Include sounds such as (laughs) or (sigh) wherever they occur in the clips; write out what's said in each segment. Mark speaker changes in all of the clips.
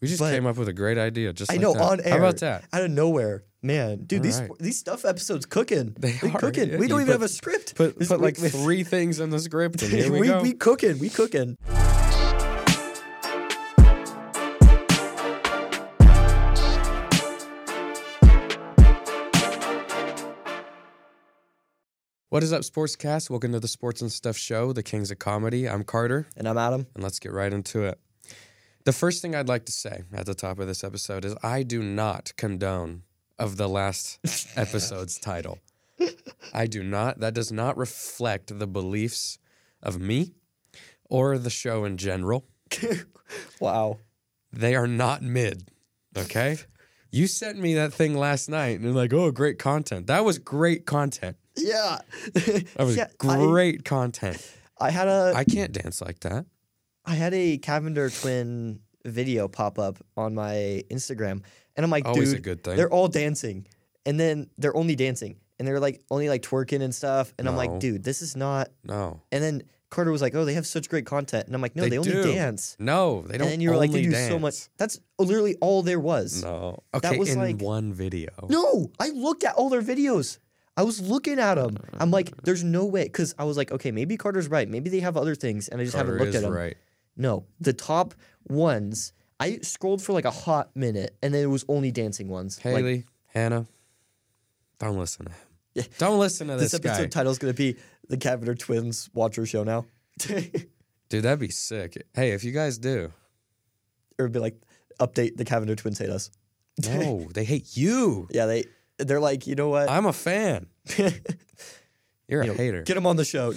Speaker 1: We just
Speaker 2: But-
Speaker 1: came up with a great idea. Just
Speaker 2: I
Speaker 1: like
Speaker 2: know
Speaker 1: that.
Speaker 2: on air.
Speaker 1: How about that?
Speaker 2: Out of nowhere, man, dude.
Speaker 1: All
Speaker 2: these
Speaker 1: right.
Speaker 2: these stuff episodes cooking.
Speaker 1: They
Speaker 2: we
Speaker 1: are,
Speaker 2: cooking.
Speaker 1: yeah.
Speaker 2: We don't
Speaker 1: You
Speaker 2: even
Speaker 1: put-
Speaker 2: have a script.
Speaker 1: Put
Speaker 2: This-
Speaker 1: put
Speaker 2: we-
Speaker 1: like
Speaker 2: (laughs) we-
Speaker 1: three things in the script,
Speaker 2: (laughs)
Speaker 1: and here we,
Speaker 2: we,
Speaker 1: go.
Speaker 2: we cooking. We cooking.
Speaker 1: What is up, Sportscast? Welcome to the Sports and Stuff Show, the Kings of Comedy. I'm Carter,
Speaker 2: And I'm (laughs) Adam.
Speaker 1: and let's get right into it. The first thing I'd like to say at the top of this episode is I do not condone of the
Speaker 2: (laughs)
Speaker 1: last episode's title. I do not. That does not reflect the beliefs of me or the show in general.
Speaker 2: wow.
Speaker 1: They are not mid. Okay. You sent me that thing last night and you're like, oh, great content. That was great content.
Speaker 2: Yeah.
Speaker 1: That was
Speaker 2: (laughs) Yeah, I-
Speaker 1: great content.
Speaker 2: I had a
Speaker 1: I can't dance like that.
Speaker 2: I had a Cavender twin video pop up on my Instagram, and I'm like,
Speaker 1: Always
Speaker 2: dude,
Speaker 1: a good thing.
Speaker 2: they're all dancing, and then they're only dancing, and they're like only like twerking and stuff, and I'm
Speaker 1: No.
Speaker 2: like, dude, this is not.
Speaker 1: No.
Speaker 2: And then Carter was like, oh, they have such great content, and I'm like, no,
Speaker 1: They
Speaker 2: they, only
Speaker 1: do.
Speaker 2: dance.
Speaker 1: No, they don't.
Speaker 2: and then you were like,
Speaker 1: only
Speaker 2: they do
Speaker 1: dance.
Speaker 2: so much. That's literally all there was.
Speaker 1: No.
Speaker 2: That
Speaker 1: Okay,
Speaker 2: was
Speaker 1: in
Speaker 2: like-
Speaker 1: one video.
Speaker 2: No, I looked at all their videos. I was looking at them. I'm like, there's no way, because I was like, okay, maybe Carter's right. Maybe they have other things, and I just
Speaker 1: Carter
Speaker 2: haven't looked
Speaker 1: is
Speaker 2: at them.
Speaker 1: right.
Speaker 2: No, the top ones. I scrolled for like a hot minute, and then it was only dancing ones. Like,
Speaker 1: Haley, Hannah, don't listen to him. Don't listen to this,
Speaker 2: this episode
Speaker 1: guy.
Speaker 2: title's gonna be the Cavender Twins Watcher Show now. (laughs) it
Speaker 1: Dude, that'd be sick. Hey, if you guys
Speaker 2: (laughs)
Speaker 1: do,
Speaker 2: would be like update the Cavender Twins hate us.
Speaker 1: no, they hate you.
Speaker 2: Yeah, they they're like, you know what?
Speaker 1: I'm a fan. You're a
Speaker 2: You know,
Speaker 1: hater.
Speaker 2: (laughs) Get them on the show.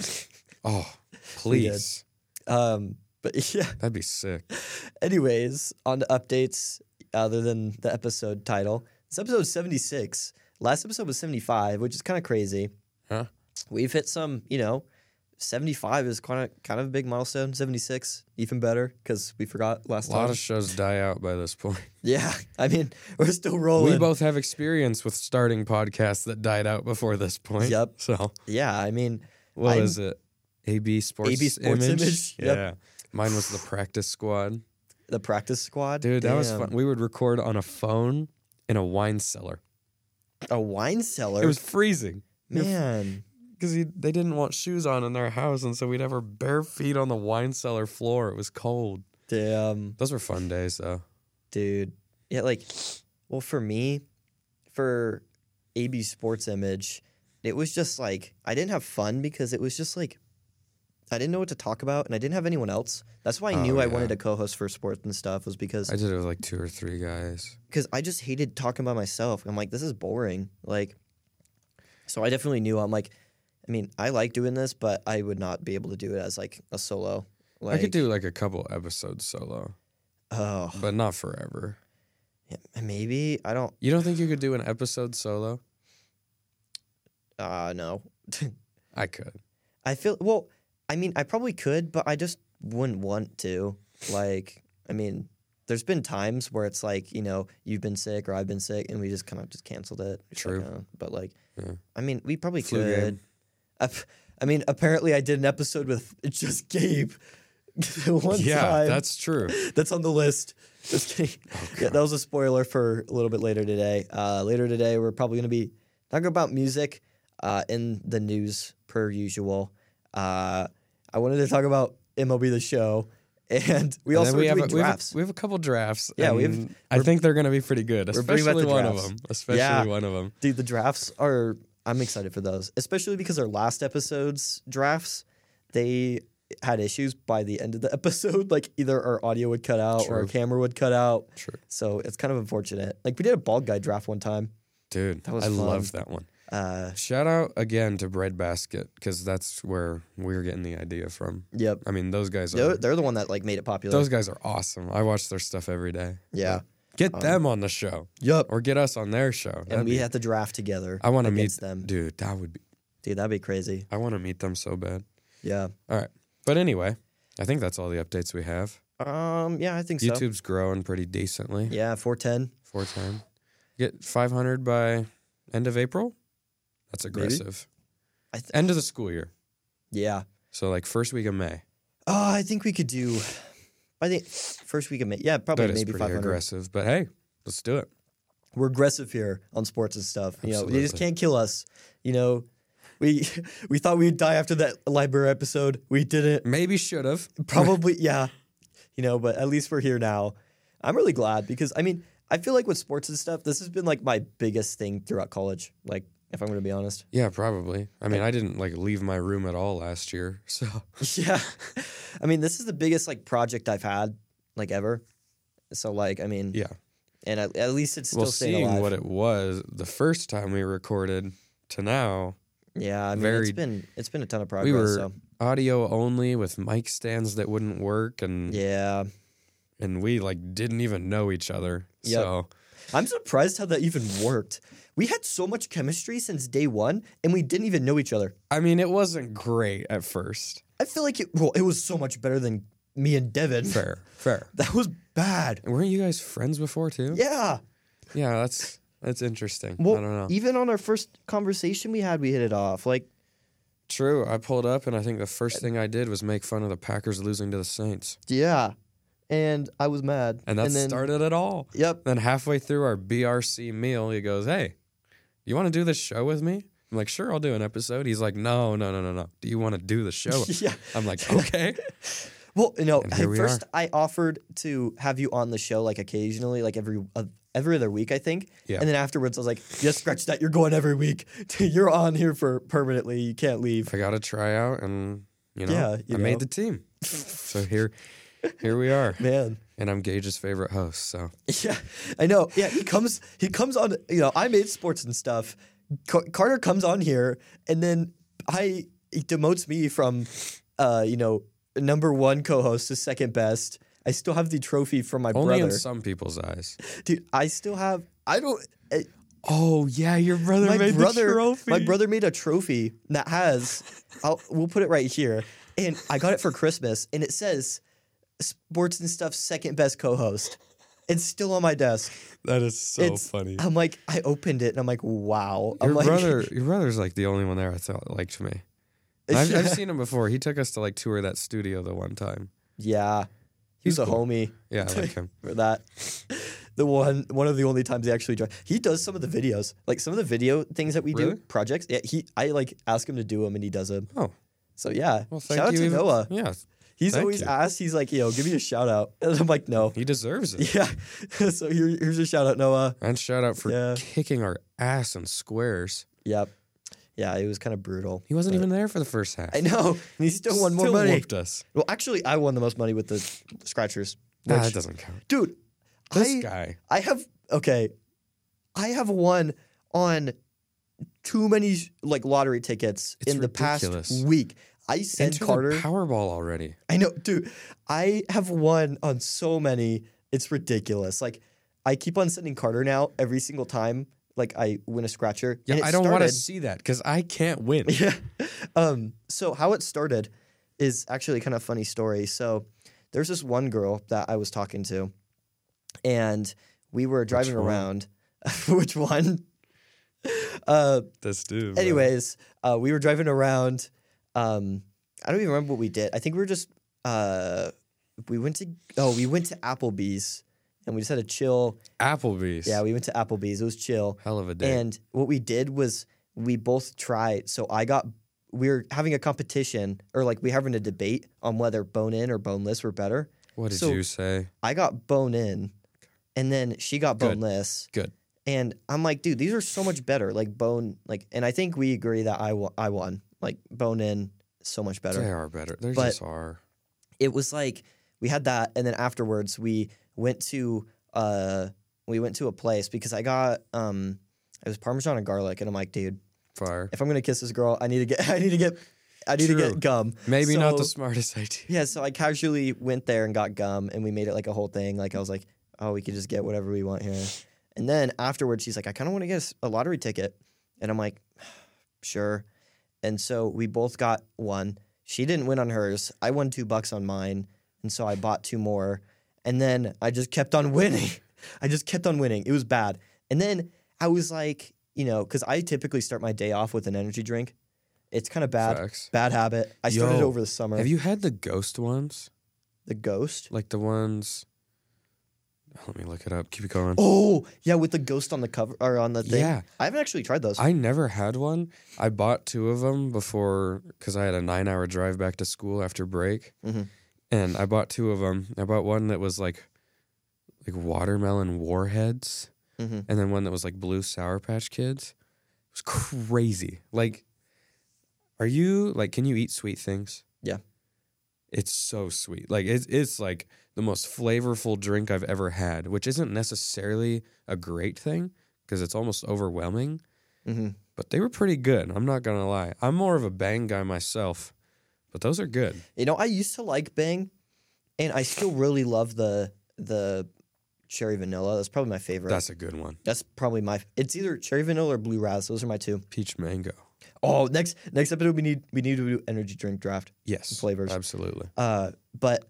Speaker 1: oh,
Speaker 2: (laughs)
Speaker 1: please.
Speaker 2: um, but (laughs) yeah.
Speaker 1: That'd be sick.
Speaker 2: Anyways, on to updates other than the episode title. This episode is 76. Last episode was 75, which is kind of crazy.
Speaker 1: Huh?
Speaker 2: We've hit some, you know, 75 is kind of kind of a big milestone. 76, even better, because we forgot last
Speaker 1: A lot
Speaker 2: time.
Speaker 1: of shows die out by this point. (laughs)
Speaker 2: yeah, (laughs) I mean, we're still rolling.
Speaker 1: We both have experience with starting podcasts that died out before this point.
Speaker 2: Yep.
Speaker 1: So
Speaker 2: yeah, I mean,
Speaker 1: what
Speaker 2: I'm-
Speaker 1: was it? AB Sports.
Speaker 2: AB Sports
Speaker 1: Image. (laughs)
Speaker 2: Image,
Speaker 1: Yeah.
Speaker 2: yep.
Speaker 1: Mine was the practice squad.
Speaker 2: the practice squad.
Speaker 1: Dude, that was
Speaker 2: damn.
Speaker 1: fun. We would record on a phone in a wine cellar.
Speaker 2: A wine cellar.
Speaker 1: It was freezing
Speaker 2: man.
Speaker 1: because they didn't want shoes on in their house, and so we'd have our bare feet on the wine cellar floor. It was cold.
Speaker 2: Damn.
Speaker 1: Those were fun days, though.
Speaker 2: dude. Yeah, like, well, for me, for AB Sports Image, it was just like I didn't have fun because it was just like I didn't know what to talk about, and I didn't have anyone else. That's why I
Speaker 1: Oh,
Speaker 2: knew I
Speaker 1: yeah.
Speaker 2: wanted a co-host for sports and stuff was because
Speaker 1: I did it with like two or three guys.
Speaker 2: because I just hated talking by myself. I'm like, this is boring. Like, so I definitely knew. I'm like, I mean, I like doing this, but I would not be able to do it as like a solo. Like,
Speaker 1: I could do like a couple episodes solo,
Speaker 2: Oh,
Speaker 1: but not forever.
Speaker 2: yeah, maybe I don't.
Speaker 1: You don't think you could do an episode solo?
Speaker 2: Uh, no. (laughs)
Speaker 1: I could.
Speaker 2: I feel well. I mean, I probably could, but I just wouldn't want to. Like, I mean, there's been times where it's like you know you've been sick or I've been sick, and we just kind of just canceled it. It's like,
Speaker 1: True.
Speaker 2: uh, but like,
Speaker 1: Yeah.
Speaker 2: I mean, we probably
Speaker 1: Flu game.
Speaker 2: could. I, I mean, apparently, I did an episode with (laughs) just Gabe. the One
Speaker 1: yeah,
Speaker 2: time.
Speaker 1: that's true.
Speaker 2: (laughs) That's on the list. Just kidding.
Speaker 1: Oh,
Speaker 2: yeah, that was a spoiler for a little bit later today. Uh, later today, we're probably going to be talking about music uh, in the news per usual. Uh, I wanted to talk about MLB the show, and we
Speaker 1: And then
Speaker 2: also were
Speaker 1: we, have
Speaker 2: doing
Speaker 1: a, we have a-
Speaker 2: drafts.
Speaker 1: we have a couple drafts.
Speaker 2: Yeah, we have-
Speaker 1: and I think they're gonna be pretty good,
Speaker 2: bringing back
Speaker 1: especially
Speaker 2: the
Speaker 1: one of
Speaker 2: drafts.
Speaker 1: them. Especially
Speaker 2: Yeah.
Speaker 1: one of them.
Speaker 2: Dude, the drafts are. I'm excited for those, especially because our last episode's drafts, they had issues by the end of the (laughs) episode. Like either our audio would cut out or our
Speaker 1: True.
Speaker 2: camera would cut out.
Speaker 1: True.
Speaker 2: So it's kind of unfortunate. Like we did a bald guy draft one time.
Speaker 1: Dude,
Speaker 2: That was
Speaker 1: I
Speaker 2: fun.
Speaker 1: love that one.
Speaker 2: Uh,
Speaker 1: Shout out again to Breadbasket because that's where we're getting the idea from.
Speaker 2: yep.
Speaker 1: I mean, those guys
Speaker 2: They're,
Speaker 1: are
Speaker 2: they're the one that like made it popular.
Speaker 1: those guys are awesome. I watch their stuff every day.
Speaker 2: yeah.
Speaker 1: Get them on the show
Speaker 2: Yep.
Speaker 1: or get us on their show. That'd
Speaker 2: And we
Speaker 1: be-
Speaker 2: have to draft together.
Speaker 1: I want to meet
Speaker 2: against them.
Speaker 1: Dude, that would be.
Speaker 2: Dude, that'd be crazy.
Speaker 1: I want to meet them so bad.
Speaker 2: Yeah.
Speaker 1: All right, but anyway, I think that's all the updates we have.
Speaker 2: Um. Yeah, I think so.
Speaker 1: YouTube's growing pretty decently.
Speaker 2: Yeah, four ten.
Speaker 1: Four ten. Get five hundred by end of April. That's aggressive.
Speaker 2: I th-
Speaker 1: End of the school year.
Speaker 2: yeah.
Speaker 1: So like first week of May.
Speaker 2: Oh, I think we could do. I think first week of May. Yeah, probably
Speaker 1: That is
Speaker 2: maybe
Speaker 1: pretty
Speaker 2: 500.
Speaker 1: aggressive, but hey, let's do it.
Speaker 2: We're aggressive here on sports and stuff. You know, you just
Speaker 1: Absolutely.
Speaker 2: can't kill us. You know, we (laughs) we thought we'd die after that library episode. We
Speaker 1: (laughs)
Speaker 2: didn't.
Speaker 1: Maybe should have.
Speaker 2: Probably, yeah. You know, but at least we're here now. I'm really glad because I mean, I feel like with sports and stuff, this has been like my biggest thing throughout college. Like, if I'm going to
Speaker 1: (laughs)
Speaker 2: be honest. (laughs)
Speaker 1: Yeah, probably. I mean, I didn't like leave my room at all last year, (laughs) so
Speaker 2: yeah. I mean, this is the biggest like project I've had like ever. So like, I mean,
Speaker 1: yeah.
Speaker 2: and at, at least it's still
Speaker 1: well,
Speaker 2: staying
Speaker 1: seeing
Speaker 2: alive.
Speaker 1: what it was the first time we recorded to now,
Speaker 2: yeah, I mean, it's
Speaker 1: varied-
Speaker 2: been it's been a ton of progress.
Speaker 1: we were
Speaker 2: so
Speaker 1: audio only with mic stands that wouldn't work, and
Speaker 2: yeah,
Speaker 1: and we like didn't even know each other.
Speaker 2: Yep.
Speaker 1: So
Speaker 2: I'm surprised how that even worked. We had so much chemistry since day one, and we didn't even know each other.
Speaker 1: I mean, it wasn't great at
Speaker 2: (laughs)
Speaker 1: first.
Speaker 2: I feel like it. Well, it was so much better than me and Devin.
Speaker 1: Fair, fair.
Speaker 2: (laughs) That was bad.
Speaker 1: And weren't you guys friends before too?
Speaker 2: Yeah.
Speaker 1: Yeah, that's that's interesting.
Speaker 2: Well,
Speaker 1: I don't know.
Speaker 2: even on our first conversation we had, we hit it off. Like,
Speaker 1: True. I pulled up, and I think the first thing I did was make fun of the Packers losing to the Saints,
Speaker 2: yeah. And I was mad.
Speaker 1: and that
Speaker 2: then,
Speaker 1: started it all.
Speaker 2: Yep.
Speaker 1: Then halfway through our BRC meal, he goes, "Hey, you want to do this show with me?" I'm like, "Sure, I'll do an episode." He's like, "No, no, no, no, no. Do you want to do the show?"
Speaker 2: (laughs) Yeah.
Speaker 1: I'm like, "Okay."
Speaker 2: Well, no.
Speaker 1: And
Speaker 2: At
Speaker 1: here we
Speaker 2: first, I offered to have you on the show like occasionally, like every uh, every other week, I think.
Speaker 1: Yeah.
Speaker 2: And then afterwards, I was like, "Yeah, scratch that. You're going every week. (laughs) You're on here for permanently. You can't leave."
Speaker 1: I got to try out, and you know,
Speaker 2: Yeah, you
Speaker 1: I
Speaker 2: know.
Speaker 1: made the
Speaker 2: (laughs)
Speaker 1: team. so here, here we are,
Speaker 2: Man.
Speaker 1: and I'm Gage's favorite host. So
Speaker 2: Yeah, I know. Yeah, he comes. He comes on. You know, I made sports and stuff. Car- Carter comes on here, and then I he demotes me from, uh, you know, number one co-host to second best. I still have the trophy from my
Speaker 1: only in
Speaker 2: brother,
Speaker 1: some people's eyes.
Speaker 2: dude. I still have. I don't. I-
Speaker 1: Oh yeah, your brother
Speaker 2: my brother, my brother made a trophy that has. I'll, we'll put it right here, and I got it for Christmas, and it says, "Sports and stuff second best co-host." It's still on my desk.
Speaker 1: That is so
Speaker 2: It's-
Speaker 1: funny.
Speaker 2: I'm like, I opened it and I'm like, wow. I'm
Speaker 1: Your
Speaker 2: like,
Speaker 1: brother, your brother's like the only one there. I thought liked me. And I've, I've
Speaker 2: Yeah.
Speaker 1: seen him before. He took us to like tour that studio the one time.
Speaker 2: (laughs) yeah, he was
Speaker 1: He's
Speaker 2: a
Speaker 1: cool.
Speaker 2: homie
Speaker 1: Yeah, I like
Speaker 2: (laughs)
Speaker 1: him.
Speaker 2: for that. The one, one of the only times he actually drives. He does some of the videos, like some of the video things that we do,
Speaker 1: Really?
Speaker 2: projects. Yeah, he, I like ask him to do them and he does them.
Speaker 1: Oh,
Speaker 2: So yeah,
Speaker 1: well, thank
Speaker 2: shout out
Speaker 1: you.
Speaker 2: to
Speaker 1: even-
Speaker 2: Noah.
Speaker 1: Yeah,
Speaker 2: He's
Speaker 1: thank
Speaker 2: always
Speaker 1: you.
Speaker 2: asked. He's like, yo, give me a shout out, (laughs) and I'm like, no.
Speaker 1: he deserves it.
Speaker 2: Yeah, (laughs) so here, here's a shout out, Noah.
Speaker 1: And shout out for
Speaker 2: Yeah.
Speaker 1: kicking our ass in squares.
Speaker 2: Yep. Yeah, it was kind of brutal.
Speaker 1: He wasn't
Speaker 2: but-
Speaker 1: even there for the first half.
Speaker 2: I know. (laughs) And he still won more
Speaker 1: Still
Speaker 2: money.
Speaker 1: whooped us.
Speaker 2: Well, actually, I won the most money with the scratchers.
Speaker 1: Nah,
Speaker 2: which-
Speaker 1: that doesn't count.
Speaker 2: dude.
Speaker 1: This
Speaker 2: I,
Speaker 1: guy.
Speaker 2: I have okay. I have won on too many like lottery tickets
Speaker 1: It's
Speaker 2: in the
Speaker 1: ridiculous.
Speaker 2: past week. I sent
Speaker 1: Enter
Speaker 2: Carter.
Speaker 1: the Powerball already.
Speaker 2: I know, dude. I have won on so many. It's ridiculous. Like I keep on sending Carter now every single time. Like I win a scratcher.
Speaker 1: Yeah,
Speaker 2: and it
Speaker 1: I don't want to
Speaker 2: started-
Speaker 1: see that because I can't win.
Speaker 2: (laughs) yeah. Um, so how it started is actually kind of funny story. So there's this one girl that I was talking to, and we were driving
Speaker 1: one?
Speaker 2: around. (laughs) which one? (laughs) Uh,
Speaker 1: This dude. bro.
Speaker 2: anyways, uh, we were driving around. Um, I don't even remember what we did. I think we were just uh, we went to oh we went to Applebee's and we just had a chill.
Speaker 1: Applebee's.
Speaker 2: Yeah, we went to Applebee's. It was chill.
Speaker 1: Hell of a day.
Speaker 2: And what we did was we both tried. So I got we were having a competition or like we having a debate on whether bone in or boneless were better.
Speaker 1: what did
Speaker 2: so-
Speaker 1: you say?
Speaker 2: I got bone in and then she got
Speaker 1: Good.
Speaker 2: boneless.
Speaker 1: Good.
Speaker 2: And I'm like, dude, these are so much better. Like bone like and I think we agree that I won I won. Like bone in so much better.
Speaker 1: They are better. They
Speaker 2: But-
Speaker 1: just are.
Speaker 2: it was like we had that and then afterwards we went to uh we went to a place because I got um it was parmesan and garlic and I'm like, dude,
Speaker 1: Fire.
Speaker 2: if I'm gonna kiss this girl, I need to get (laughs) I need to get I need to
Speaker 1: True.
Speaker 2: get gum.
Speaker 1: Maybe not the
Speaker 2: So-
Speaker 1: smartest (laughs) idea.
Speaker 2: Yeah, so I casually went there and got gum and we made it like a whole thing. Like I was like, oh, we could just get whatever we want here. And then afterwards she's like, I kinda wanna get a s- a lottery ticket. And I'm like, (sighs) sure. And so we both got one. She didn't win on hers. I won two bucks on mine. And so I bought two more. And then I just kept on (laughs) winning. I just kept on winning. It was bad. And then I was like, you know, because I typically start my day off with an energy drink. It's kind of bad.
Speaker 1: Facts.
Speaker 2: Bad habit. I started
Speaker 1: Yo,
Speaker 2: over the summer.
Speaker 1: Have you had the ghost ones?
Speaker 2: The ghost.
Speaker 1: Like the ones. Let me look it up. Keep it going.
Speaker 2: Oh yeah, with the ghost on the cover or on the thing.
Speaker 1: Yeah.
Speaker 2: I haven't actually tried those.
Speaker 1: I never had one. I bought two of them before because I had a nine hour drive back to school after break.
Speaker 2: Mhm.
Speaker 1: And I bought two of them. I bought one that was like like watermelon warheads
Speaker 2: Mhm.
Speaker 1: and then one that was like blue Sour Patch Kids. It was crazy. Like, are you like, can you eat sweet things?
Speaker 2: Yeah.
Speaker 1: It's so sweet. Like, it's, it's like the most flavorful drink I've ever had, which isn't necessarily a great thing because it's almost overwhelming
Speaker 2: hmm
Speaker 1: but they were pretty good. I'm not gonna lie. I'm more of a bang guy myself, but those are good.
Speaker 2: You know, I used to like Bang, and I still really love the the cherry vanilla. That's probably my favorite.
Speaker 1: That's a good one.
Speaker 2: That's probably my. It's either cherry vanilla or blue razz. Those are my two.
Speaker 1: Peach mango.
Speaker 2: Oh, next next episode we need we need to do energy drink draft.
Speaker 1: Yes,
Speaker 2: Flavors.
Speaker 1: Absolutely.
Speaker 2: Uh, but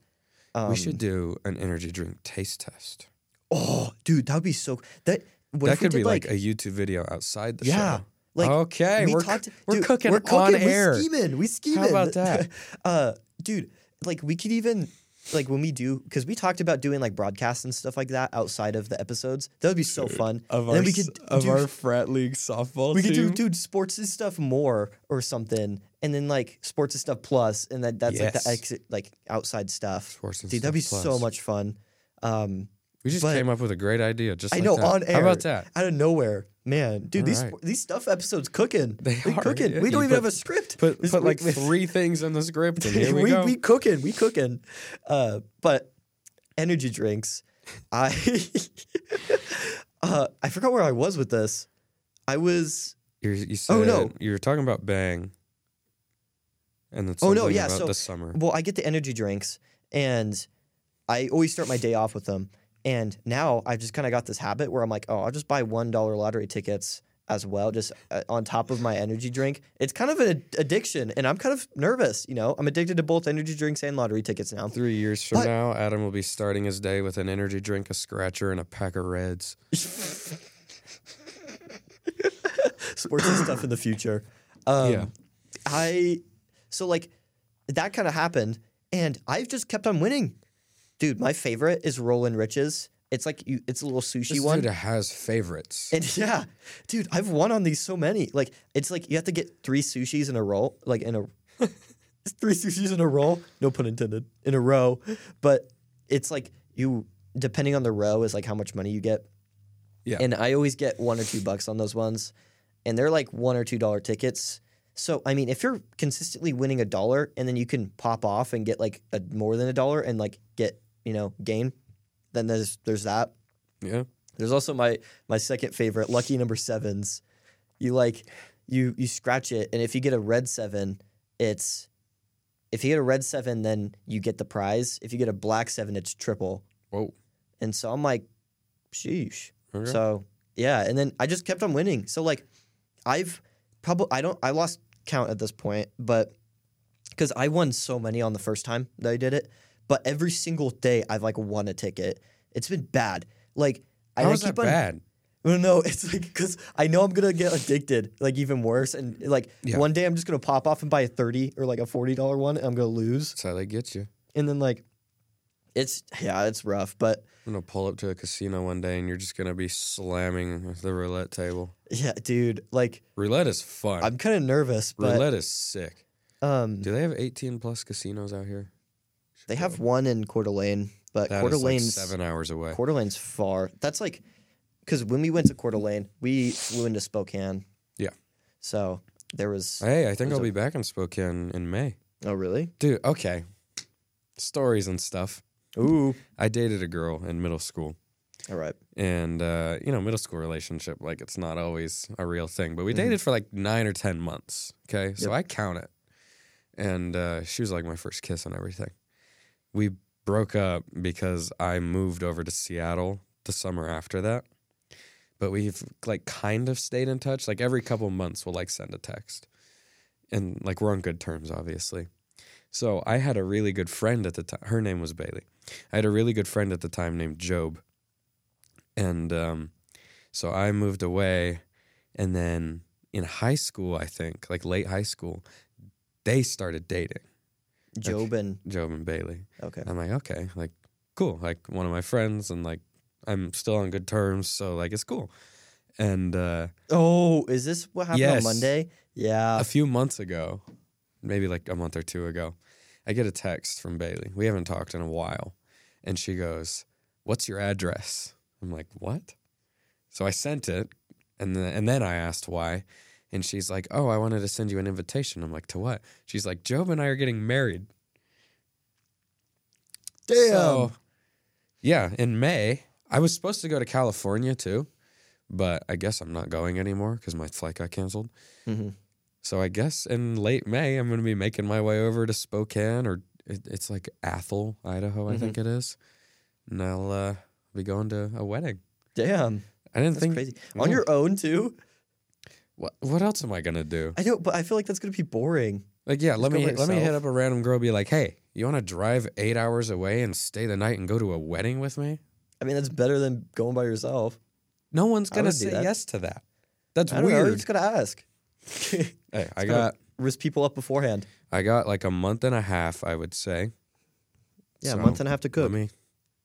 Speaker 2: um,
Speaker 1: we should do an energy drink taste test.
Speaker 2: Oh, dude, that would be so. That what
Speaker 1: that
Speaker 2: if we
Speaker 1: could
Speaker 2: did,
Speaker 1: be
Speaker 2: like,
Speaker 1: like, a YouTube video outside the
Speaker 2: yeah.
Speaker 1: show.
Speaker 2: Like
Speaker 1: okay,
Speaker 2: we
Speaker 1: we're,
Speaker 2: talked.
Speaker 1: c- we're
Speaker 2: dude,
Speaker 1: cooking
Speaker 2: we're
Speaker 1: on
Speaker 2: cooking,
Speaker 1: air.
Speaker 2: We scheming. We scheming.
Speaker 1: about that?
Speaker 2: (laughs) uh, dude, like we could even like when we do because we talked about doing like broadcasts and stuff like that outside of the episodes. That would be so fun.
Speaker 1: Of
Speaker 2: and
Speaker 1: our,
Speaker 2: then we could
Speaker 1: of
Speaker 2: do,
Speaker 1: our frat league softball
Speaker 2: we could do dude sports and stuff more or something, and then like sports and stuff plus, and that that's like
Speaker 1: Yes.
Speaker 2: the exit like outside stuff.
Speaker 1: Sports and
Speaker 2: Dude, that'd be
Speaker 1: Stuff
Speaker 2: so
Speaker 1: Plus.
Speaker 2: much fun. Um,
Speaker 1: We just
Speaker 2: but-
Speaker 1: came up with a great idea. Just
Speaker 2: I
Speaker 1: like
Speaker 2: know
Speaker 1: that.
Speaker 2: on air.
Speaker 1: How about that?
Speaker 2: Out of nowhere, man, dude. these
Speaker 1: Alright.
Speaker 2: these stuff episodes cooking.
Speaker 1: (laughs) They
Speaker 2: we
Speaker 1: are,
Speaker 2: cooking.
Speaker 1: yeah.
Speaker 2: We don't
Speaker 1: You
Speaker 2: even
Speaker 1: put-
Speaker 2: have a script.
Speaker 1: Put
Speaker 2: This-
Speaker 1: put
Speaker 2: we- (laughs)
Speaker 1: like
Speaker 2: we-
Speaker 1: three things in the script, and here we, go.
Speaker 2: we cooking. We cooking. Uh, but energy drinks. I (laughs) uh, I forgot where I was with this. I was.
Speaker 1: You're, you said,
Speaker 2: Oh, no.
Speaker 1: You were talking about Bang. And then
Speaker 2: Oh, no,
Speaker 1: something
Speaker 2: yeah,
Speaker 1: about
Speaker 2: so-
Speaker 1: the summer.
Speaker 2: Well, I get the energy drinks, and I always start my day off with them. And now I've just kind of got this habit where I'm like, oh, I'll just buy one dollar lottery tickets as well, just uh, on top of my energy drink. It's kind of an ad- addiction, and I'm kind of nervous. You know, I'm addicted to both energy drinks and lottery tickets now.
Speaker 1: Three years from
Speaker 2: But-
Speaker 1: now, Adam will be starting his day with an energy drink, a scratcher, and a pack of reds.
Speaker 2: sports and stuff in the future. Um,
Speaker 1: Yeah.
Speaker 2: I so like that kind of happened, and I've just kept on winning, dude. My favorite is Rollin' Riches. It's like you, it's a little sushi
Speaker 1: This
Speaker 2: one.
Speaker 1: dude has favorites.
Speaker 2: And (laughs) yeah, dude, I've won on these so many. Like it's like you have to get three sushis in a roll, like in a it's three sushis in a roll, no pun intended, in a row. But it's like you depending on the row is like how much money you get.
Speaker 1: Yeah.
Speaker 2: And I always get one or two bucks on those ones. And they're like one or two dollar tickets. So I mean, if you're consistently winning a dollar and then you can pop off and get like a more than a dollar and like get, you know, gain, then there's there's that.
Speaker 1: yeah.
Speaker 2: There's also my my second favorite, lucky number sevens. You like you you scratch it, and if you get a red seven, it's if you get a red seven, then you get the prize. If you get a black seven, it's triple.
Speaker 1: Whoa.
Speaker 2: And so I'm like, sheesh.
Speaker 1: Okay.
Speaker 2: So yeah, and then I just kept on winning. So like, I've probably I don't I lost count at this point, but because I won so many on the first time that I did it, but every single day I've like won a ticket. It's been bad. Like I
Speaker 1: How
Speaker 2: I
Speaker 1: is that
Speaker 2: keep on-
Speaker 1: bad?
Speaker 2: no, no, (laughs) it's like because I know I'm gonna get addicted, like even worse, and like
Speaker 1: Yeah.
Speaker 2: one day I'm just gonna pop off and buy a thirty or like a forty dollar one, and I'm gonna lose,
Speaker 1: That's how they get you.
Speaker 2: and then like, it's yeah, it's rough, but
Speaker 1: I'm going to pull up to a casino one day and you're just going to be slamming the roulette table.
Speaker 2: yeah, dude, like
Speaker 1: Roulette is fun.
Speaker 2: I'm kind of nervous, but
Speaker 1: roulette is sick.
Speaker 2: um,
Speaker 1: Do they have 18 plus casinos out here?
Speaker 2: they have one in Coeur d'Alene, but
Speaker 1: That
Speaker 2: Coeur
Speaker 1: is, like,
Speaker 2: d'Alene's
Speaker 1: seven hours away.
Speaker 2: Coeur d'Alene's far. That's like because when we went to Coeur d'Alene, we flew into Spokane.
Speaker 1: Yeah.
Speaker 2: So there was
Speaker 1: Hey, I think
Speaker 2: There's
Speaker 1: I'll
Speaker 2: a-
Speaker 1: be back in Spokane in May.
Speaker 2: oh really
Speaker 1: Dude, okay. Stories and stuff.
Speaker 2: ooh
Speaker 1: I dated a girl in middle school.
Speaker 2: all right
Speaker 1: and uh, you know middle school relationship like it's not always a real thing but we dated for like nine or ten months okay so
Speaker 2: Yep.
Speaker 1: i count it and uh, she was like my first kiss and everything we broke up because i moved over to seattle the summer after that but we've like kind of stayed in touch like every couple months we'll like send a text and like we're on good terms obviously so i had a really good friend at the time her name was bailey i had a really good friend at the time named job and um, so I moved away, and then in high school, I think, like late high school, they started dating,
Speaker 2: Job and
Speaker 1: Job and Bailey.
Speaker 2: okay.
Speaker 1: I'm like, okay, like, cool. Like, one of my friends, and like, I'm still on good terms, so like, it's cool. And uh,
Speaker 2: Oh, is this what happened
Speaker 1: Yes.
Speaker 2: on Monday? Yeah.
Speaker 1: a few months ago, maybe like a month or two ago, I get a text from Bailey. We haven't talked in a while. And she goes, What's your address? I'm like, What? So I sent it. And then, and then I asked why. And she's like, Oh, I wanted to send you an invitation. I'm like, To what? She's like, Job and I are getting married. So, yeah, in May, I was supposed to go to California too, but I guess I'm not going anymore because my flight got canceled.
Speaker 2: Mhm.
Speaker 1: So I guess in late May, I'm going to be making my way over to Spokane or it, it's like Athol, Idaho, I
Speaker 2: Mhm.
Speaker 1: think it is. And I'll uh, be going to a wedding.
Speaker 2: Damn.
Speaker 1: I didn't
Speaker 2: That's
Speaker 1: think.
Speaker 2: crazy. On
Speaker 1: yeah.
Speaker 2: your own too?
Speaker 1: What, what else am I going to do?
Speaker 2: I know, but I feel like that's gonna be boring.
Speaker 1: Like, yeah, let
Speaker 2: go
Speaker 1: me
Speaker 2: by
Speaker 1: let me hit
Speaker 2: yourself.
Speaker 1: up a random girl, be like, hey, you want to drive eight hours away and stay the night and go to a wedding with me?
Speaker 2: I mean, that's better than going by yourself.
Speaker 1: No one's
Speaker 2: I
Speaker 1: going to
Speaker 2: would do
Speaker 1: say
Speaker 2: that.
Speaker 1: yes to that. That's
Speaker 2: I don't know. You
Speaker 1: weird.
Speaker 2: just gotta ask. (laughs)
Speaker 1: Hey, I
Speaker 2: Gotta
Speaker 1: got
Speaker 2: risk people up beforehand.
Speaker 1: I got like a month and a half, I would say.
Speaker 2: Yeah,
Speaker 1: So,
Speaker 2: a month and a half to cook.
Speaker 1: Let me let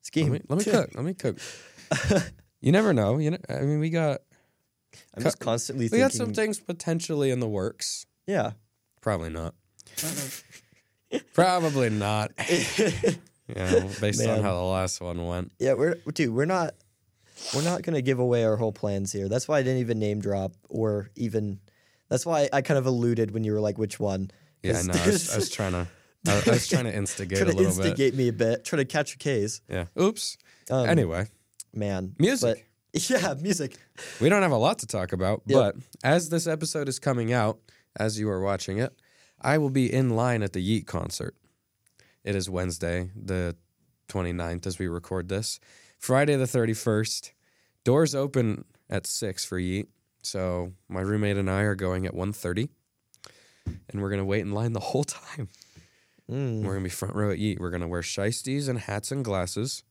Speaker 2: Scheme.
Speaker 1: me, let me cook. Let me (laughs) cook. You never know. You know, I mean, we got
Speaker 2: I'm just constantly
Speaker 1: we
Speaker 2: thinking.
Speaker 1: got some things potentially in the works.
Speaker 2: Yeah.
Speaker 1: Probably not.
Speaker 2: Uh-uh.
Speaker 1: (laughs) Probably not.
Speaker 2: (laughs)
Speaker 1: You know, based
Speaker 2: Man.
Speaker 1: on how the last one went.
Speaker 2: Yeah, we're dude, we're not we're not gonna give away our whole plans here. That's why I didn't even name drop or even that's why I kind of alluded when you were like which one.
Speaker 1: Yeah, I
Speaker 2: 'Cause
Speaker 1: know.
Speaker 2: (laughs)
Speaker 1: I was, I was trying to. I, I was trying to instigate
Speaker 2: trying
Speaker 1: a
Speaker 2: to
Speaker 1: little bit.
Speaker 2: instigate me a bit, trying to catch a case.
Speaker 1: Yeah. Oops.
Speaker 2: Um,
Speaker 1: anyway,
Speaker 2: man.
Speaker 1: music.
Speaker 2: But, (laughs) yeah, music.
Speaker 1: We don't have a lot to talk about,
Speaker 2: Yep.
Speaker 1: but as this episode is coming out, as you are watching it, I will be in line at the Yeet concert. It is Wednesday, the 29th, as we record this. Friday, the 31st. Doors open at 6 for Yeet. So my roommate and I are going at 1.30, and we're going to wait in line the whole time.
Speaker 2: Mm,
Speaker 1: We're going to be front row at Yeet. We're going to wear shiesties and hats and glasses.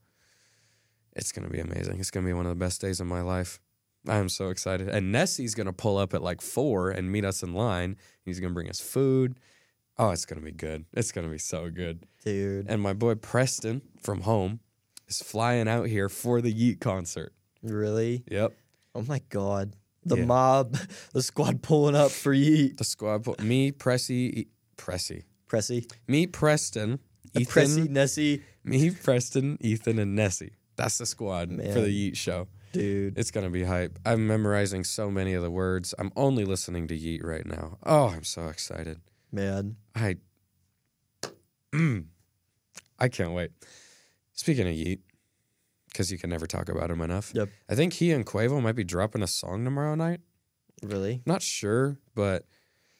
Speaker 1: It's going to be amazing. It's going to be one of the best days of my life. I am so excited. And Nessie's going to pull up at like four and meet us in line. He's going to bring us food. Oh, it's going to be good. It's going to be so good.
Speaker 2: dude.
Speaker 1: And my boy Preston from home is flying out here for the Yeet concert.
Speaker 2: Really?
Speaker 1: Yep.
Speaker 2: Oh my god. The
Speaker 1: Yeah.
Speaker 2: mob, (laughs) the squad pulling up for yeet.
Speaker 1: The squad, pull- me, Pressy, E- Pressy,
Speaker 2: Pressy.
Speaker 1: me, Preston, Ethan,
Speaker 2: Pressy, Nessie.
Speaker 1: me, Preston, Ethan, and Nessie. That's the squad for
Speaker 2: Man.
Speaker 1: the Yeet show.
Speaker 2: Dude.
Speaker 1: It's gonna be hype. I'm memorizing so many of the words. I'm only listening to Yeet right now. Oh, I'm so excited.
Speaker 2: Man.
Speaker 1: I (clears throat) Mm. I can't wait. Speaking of Yeet, because you can never talk about him enough.
Speaker 2: Yep.
Speaker 1: I think he and Quavo might be dropping a song tomorrow night.
Speaker 2: Really?
Speaker 1: Not sure, but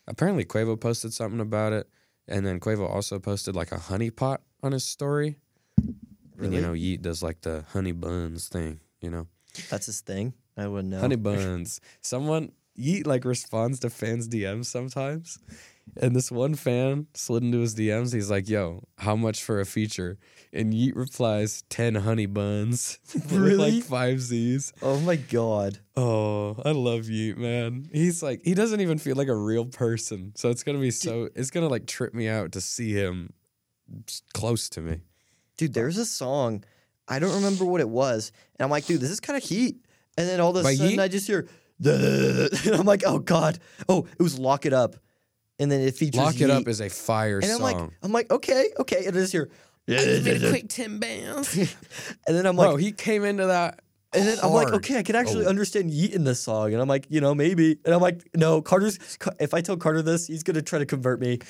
Speaker 1: apparently Quavo posted something about it. And then Quavo also posted like a honey pot on his story. And
Speaker 2: Really?
Speaker 1: you know, Yeet does like the honey buns thing, you know.
Speaker 2: That's his thing. I wouldn't know.
Speaker 1: honey buns. Someone Yeet like responds to fans' DMs sometimes, and this one fan slid into his DMs. He's like, "Yo, how much for a feature?" And Yeet replies, 10 honey buns." (laughs) with,
Speaker 2: Really?
Speaker 1: like five Z's.
Speaker 2: Oh my god.
Speaker 1: Oh, I love Yeet, man. He's like, he doesn't even feel like a real person. So it's gonna be so. It's gonna like trip me out to see him s- close to me.
Speaker 2: Dude, there's a song. I don't remember what it was. And I'm like, dude, this is kind of heat. And then all of a
Speaker 1: By
Speaker 2: sudden
Speaker 1: Yeet?
Speaker 2: I just hear (laughs) "Duh, duh, duh, duh," and I'm like, oh god. Oh, it was Lock It Up. And then it features
Speaker 1: Lock it up
Speaker 2: Yeet.
Speaker 1: is a fire
Speaker 2: and I'm
Speaker 1: song.
Speaker 2: like, I'm like, okay, okay. And I just hear "Duh, duh, duh, duh."
Speaker 1: quick ten (laughs) bounds.
Speaker 2: and then I'm
Speaker 1: Bro,
Speaker 2: like,
Speaker 1: he came into that.
Speaker 2: and then I'm
Speaker 1: hard.
Speaker 2: like, okay, I can actually
Speaker 1: Oh.
Speaker 2: understand Yeet in this song. And I'm like, you know, maybe. And I'm like, no, Carter's. Ca- If I tell Carter this, he's gonna try to convert me.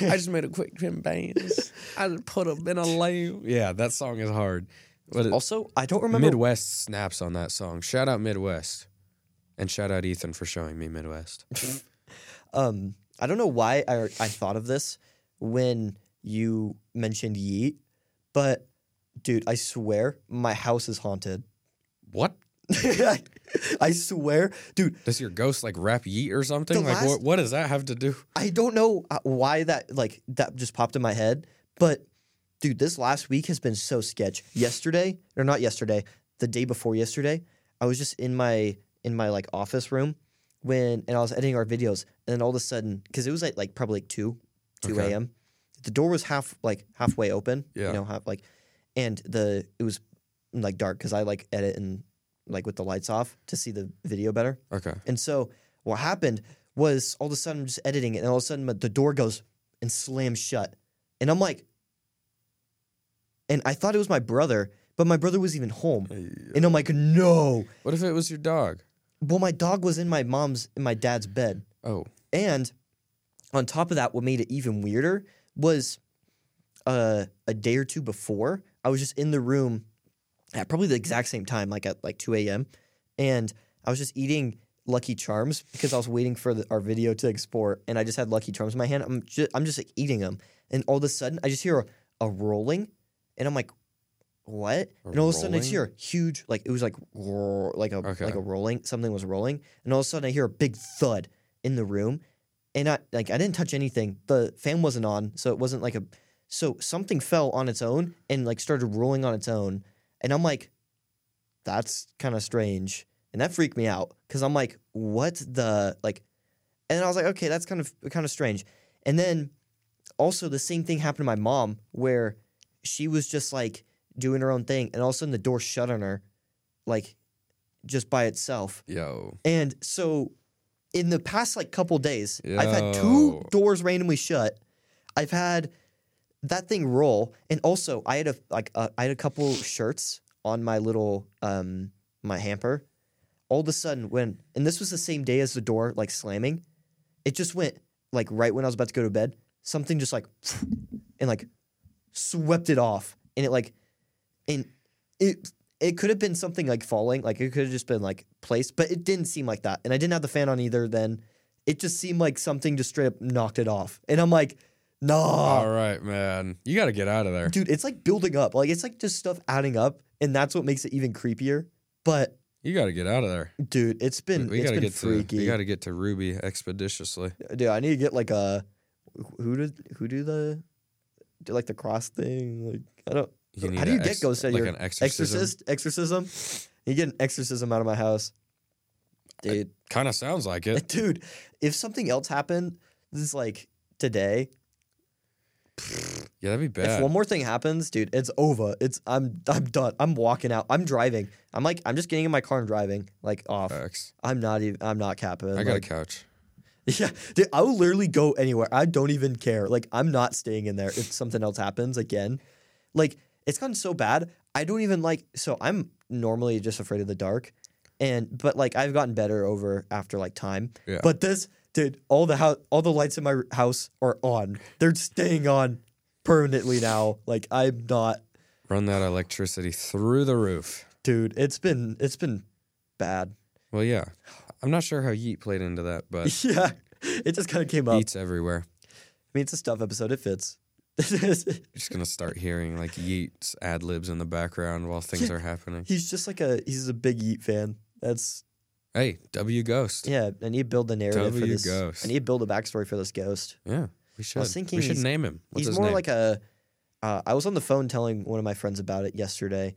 Speaker 1: I just made a quick ten bands. I just put up in a lane. Yeah, that song is hard. But it,
Speaker 2: Also, I don't remember.
Speaker 1: Midwest snaps on that song. Shout out Midwest, and shout out Ethan for showing me Midwest.
Speaker 2: um, I don't know why I, I thought of this when you mentioned Yeet, but dude, I swear my house is haunted. (laughs)
Speaker 1: what
Speaker 2: I swear, dude,
Speaker 1: does your ghost like rap yeet or something?
Speaker 2: The
Speaker 1: like
Speaker 2: last-
Speaker 1: what? What does that have to do?
Speaker 2: I don't know uh, why that like that just popped in my head, but dude, this last week has been so sketch. Yesterday, or not yesterday, the day before yesterday, I was just in my in my like office room when and I was editing our videos, and then all of a sudden, because it was at like probably like two, two
Speaker 1: Okay.
Speaker 2: a.m. the door was half like halfway open.
Speaker 1: Yeah.
Speaker 2: You know, half like, and the it was like dark because I like edit and like with the lights off to see the video better.
Speaker 1: Okay.
Speaker 2: And so what happened was all of a sudden I'm just editing it, and all of a sudden the door goes and slams shut, and I'm like, and I thought it was my brother, but my brother was even home, and I'm like, no.
Speaker 1: What if it was your dog?
Speaker 2: Well, my dog was in my mom's in my dad's bed.
Speaker 1: Oh,
Speaker 2: And on top of that, what made it even weirder was uh, a day or two before, I was just in the room at probably the exact same time, like at like 2 a.m. And I was just eating Lucky Charms because I was waiting for the, our video to export. And I just had Lucky Charms in my hand. I'm just, I'm just like, eating them. And all of a sudden, I just hear a, a rolling. And I'm like, what? and all of a sudden, I just hear
Speaker 1: rolling?
Speaker 2: a huge, like, it was like, roar, like a
Speaker 1: Okay.
Speaker 2: like a rolling something was rolling and all of a sudden i hear a big thud in the room and i like i didn't touch anything the fan wasn't on so it wasn't like a so something fell on its own and like started rolling on its own and i'm like that's kind of strange and that freaked me out because i'm like what the like and i was like okay that's kind of kind of strange and then also the same thing happened to my mom where she was just like doing her own thing and all of a sudden the door shut on her like just by itself
Speaker 1: yo.
Speaker 2: and so in the past like couple days i've had two
Speaker 1: Yo.
Speaker 2: doors randomly shut i've had that thing roll and also i had a like uh, i had a couple shirts on my little um my hamper all of a sudden when and this was the same day as the door like slamming it just went like right when i was about to go to bed something just like (laughs) and like swept it off and it like and it it could have been something like falling like it could have just been like placed but it didn't seem like that and i didn't have the fan on either then it just seemed like something just straight up knocked it off and i'm like nah
Speaker 1: All right, man. You got to get out of there.
Speaker 2: Uh, dude it's like building up like it's like just stuff adding up and that's what makes it even creepier but
Speaker 1: You got to get out of there.
Speaker 2: dude it's been
Speaker 1: we
Speaker 2: it's
Speaker 1: got to
Speaker 2: been
Speaker 1: get to.
Speaker 2: freaky
Speaker 1: You got to get to Ruby expeditiously.
Speaker 2: dude i need to get like a who did who do the do like the cross thing like i don't
Speaker 1: You need
Speaker 2: How do
Speaker 1: a
Speaker 2: you get ghosts out of
Speaker 1: like
Speaker 2: your
Speaker 1: an exorcism?
Speaker 2: exorcist exorcism you get an exorcism out of my house dude
Speaker 1: Kind of sounds like it.
Speaker 2: (laughs) dude if something else happened this is like today
Speaker 1: Yeah, that'd be bad.
Speaker 2: if one more thing happens dude it's over it's i'm i'm done i'm walking out i'm driving i'm like i'm just getting in my car and driving like off
Speaker 1: Facts.
Speaker 2: i'm not even i'm not capping
Speaker 1: I got a
Speaker 2: like,
Speaker 1: couch.
Speaker 2: (laughs) Yeah, dude, I will literally go anywhere. I don't even care. Like, I'm not staying in there if something else happens again. Like, it's gotten so bad. I don't even like. So I'm normally just afraid of the dark, and but like I've gotten better over after like time.
Speaker 1: Yeah.
Speaker 2: But this, dude, all the house, all the lights in my house are on. They're staying on permanently now. Like I'm not,
Speaker 1: Run that electricity through the roof.
Speaker 2: dude. It's been it's been bad.
Speaker 1: Well, yeah. I'm not sure how Yeet played into that, but
Speaker 2: (laughs) yeah, it just kind of came up.
Speaker 1: Yeet's everywhere.
Speaker 2: I mean, it's a stuff episode. It fits. (laughs)
Speaker 1: You're just gonna start hearing like Yeet's ad libs in the background while
Speaker 2: (laughs)
Speaker 1: things are happening.
Speaker 2: He's just like a he's a big Yeet fan. That's
Speaker 1: Hey, W Ghost. Yeah,
Speaker 2: yeah. I need to build the narrative for
Speaker 1: W
Speaker 2: this.
Speaker 1: Ghost.
Speaker 2: I need to build a backstory for this ghost.
Speaker 1: we should.
Speaker 2: thinking
Speaker 1: we should
Speaker 2: he's-
Speaker 1: name him. What's
Speaker 2: he's
Speaker 1: his
Speaker 2: more
Speaker 1: name?
Speaker 2: like a. Uh, I was on the phone telling one of my friends about it yesterday,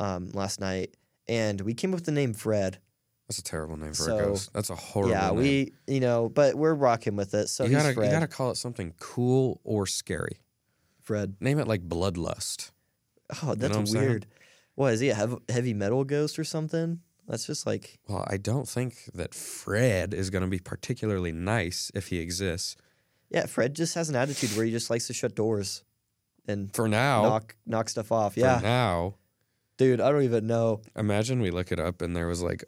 Speaker 2: um, last night, and we came up with the name Fred.
Speaker 1: That's a terrible name for
Speaker 2: So,
Speaker 1: a ghost. That's a horrible.
Speaker 2: yeah,
Speaker 1: name.
Speaker 2: we you know, but we're rocking with it. So
Speaker 1: you
Speaker 2: he's
Speaker 1: gotta
Speaker 2: Fred.
Speaker 1: you gotta call it something cool or scary.
Speaker 2: Fred.
Speaker 1: Name it like Bloodlust.
Speaker 2: Oh, that's
Speaker 1: what I'm saying?
Speaker 2: weird. What is he a hev- heavy metal ghost or something? That's just like
Speaker 1: Well, I don't think that Fred is gonna be particularly nice if he exists.
Speaker 2: yeah. Fred just has an attitude where he just likes to shut doors and
Speaker 1: For now,
Speaker 2: knock knock stuff off.
Speaker 1: for
Speaker 2: Yeah,
Speaker 1: now.
Speaker 2: dude, I don't even know.
Speaker 1: Imagine we look it up and there was like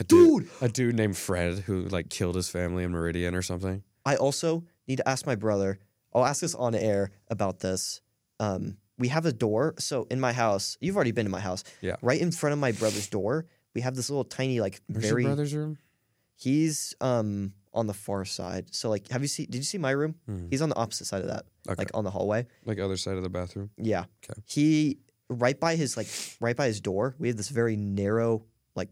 Speaker 1: a
Speaker 2: Dude!
Speaker 1: a dude named Fred who like killed his family in Meridian or something.
Speaker 2: I also need to ask my brother. I'll ask this on air about this. Um, we have a door. So in my house, you've already been to my house.
Speaker 1: Yeah.
Speaker 2: Right in front of my brother's door, we have this little tiny, like,
Speaker 1: Where's
Speaker 2: very.
Speaker 1: your brother's room?
Speaker 2: He's um on the far side. So like, have you seen? Did you see my room?
Speaker 1: Hmm.
Speaker 2: He's on the opposite side of that,
Speaker 1: Okay.
Speaker 2: like on the hallway.
Speaker 1: Like other side of the bathroom.
Speaker 2: Yeah.
Speaker 1: Okay.
Speaker 2: He right by his like right by his door. We have this very narrow like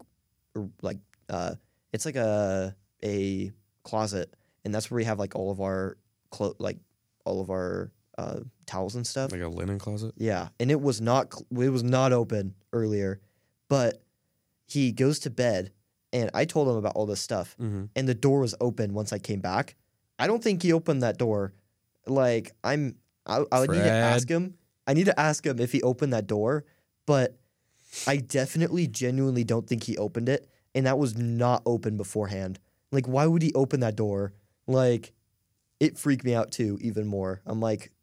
Speaker 2: r- like uh it's like a a closet, and that's where we have like all of our clo- like all of our uh, towels and stuff.
Speaker 1: Like a linen closet.
Speaker 2: Yeah, and it was not cl- it was not open earlier, but he goes to bed, and I told him about all this stuff,
Speaker 1: Mm-hmm.
Speaker 2: and the door was open once I came back. I don't think he opened that door like I'm I, I would need to
Speaker 1: Fred.
Speaker 2: ask him. I need to ask him if he opened that door, but I definitely genuinely don't think he opened it, and that was not open beforehand. Like, why would he open that door? Like, it freaked me out too even more. I'm like,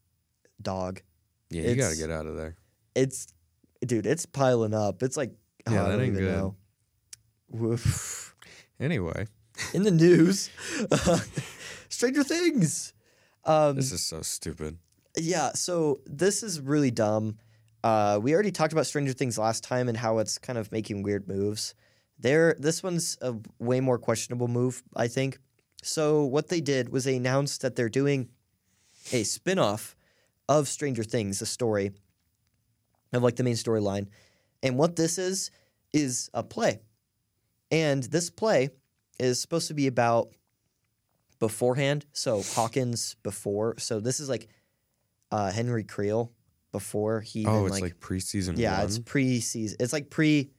Speaker 2: dog,
Speaker 1: Yeah, you got to
Speaker 2: It's-
Speaker 1: get out of there.
Speaker 2: it's dude, it's piling up. It's like, oh,
Speaker 1: Yeah,
Speaker 2: I
Speaker 1: that
Speaker 2: don't
Speaker 1: ain't
Speaker 2: even
Speaker 1: good.
Speaker 2: know. Woof.
Speaker 1: Anyway,
Speaker 2: in the news, (laughs) Stranger Things. Um,
Speaker 1: this is so stupid.
Speaker 2: yeah, so this is really dumb. Uh, we already talked about Stranger Things last time and how it's kind of making weird moves. There, this one's a way more questionable move, I think. So what they did was they announced that they're doing a spin-off of Stranger Things, a story of like the main storyline. And what this is is a play. And this play is supposed to be about beforehand, so Hawkins before. So this is like uh, Henry Creel before he even
Speaker 1: Oh, it's
Speaker 2: like,
Speaker 1: like, preseason
Speaker 2: yeah,
Speaker 1: one.
Speaker 2: it's pre-season. It's like pre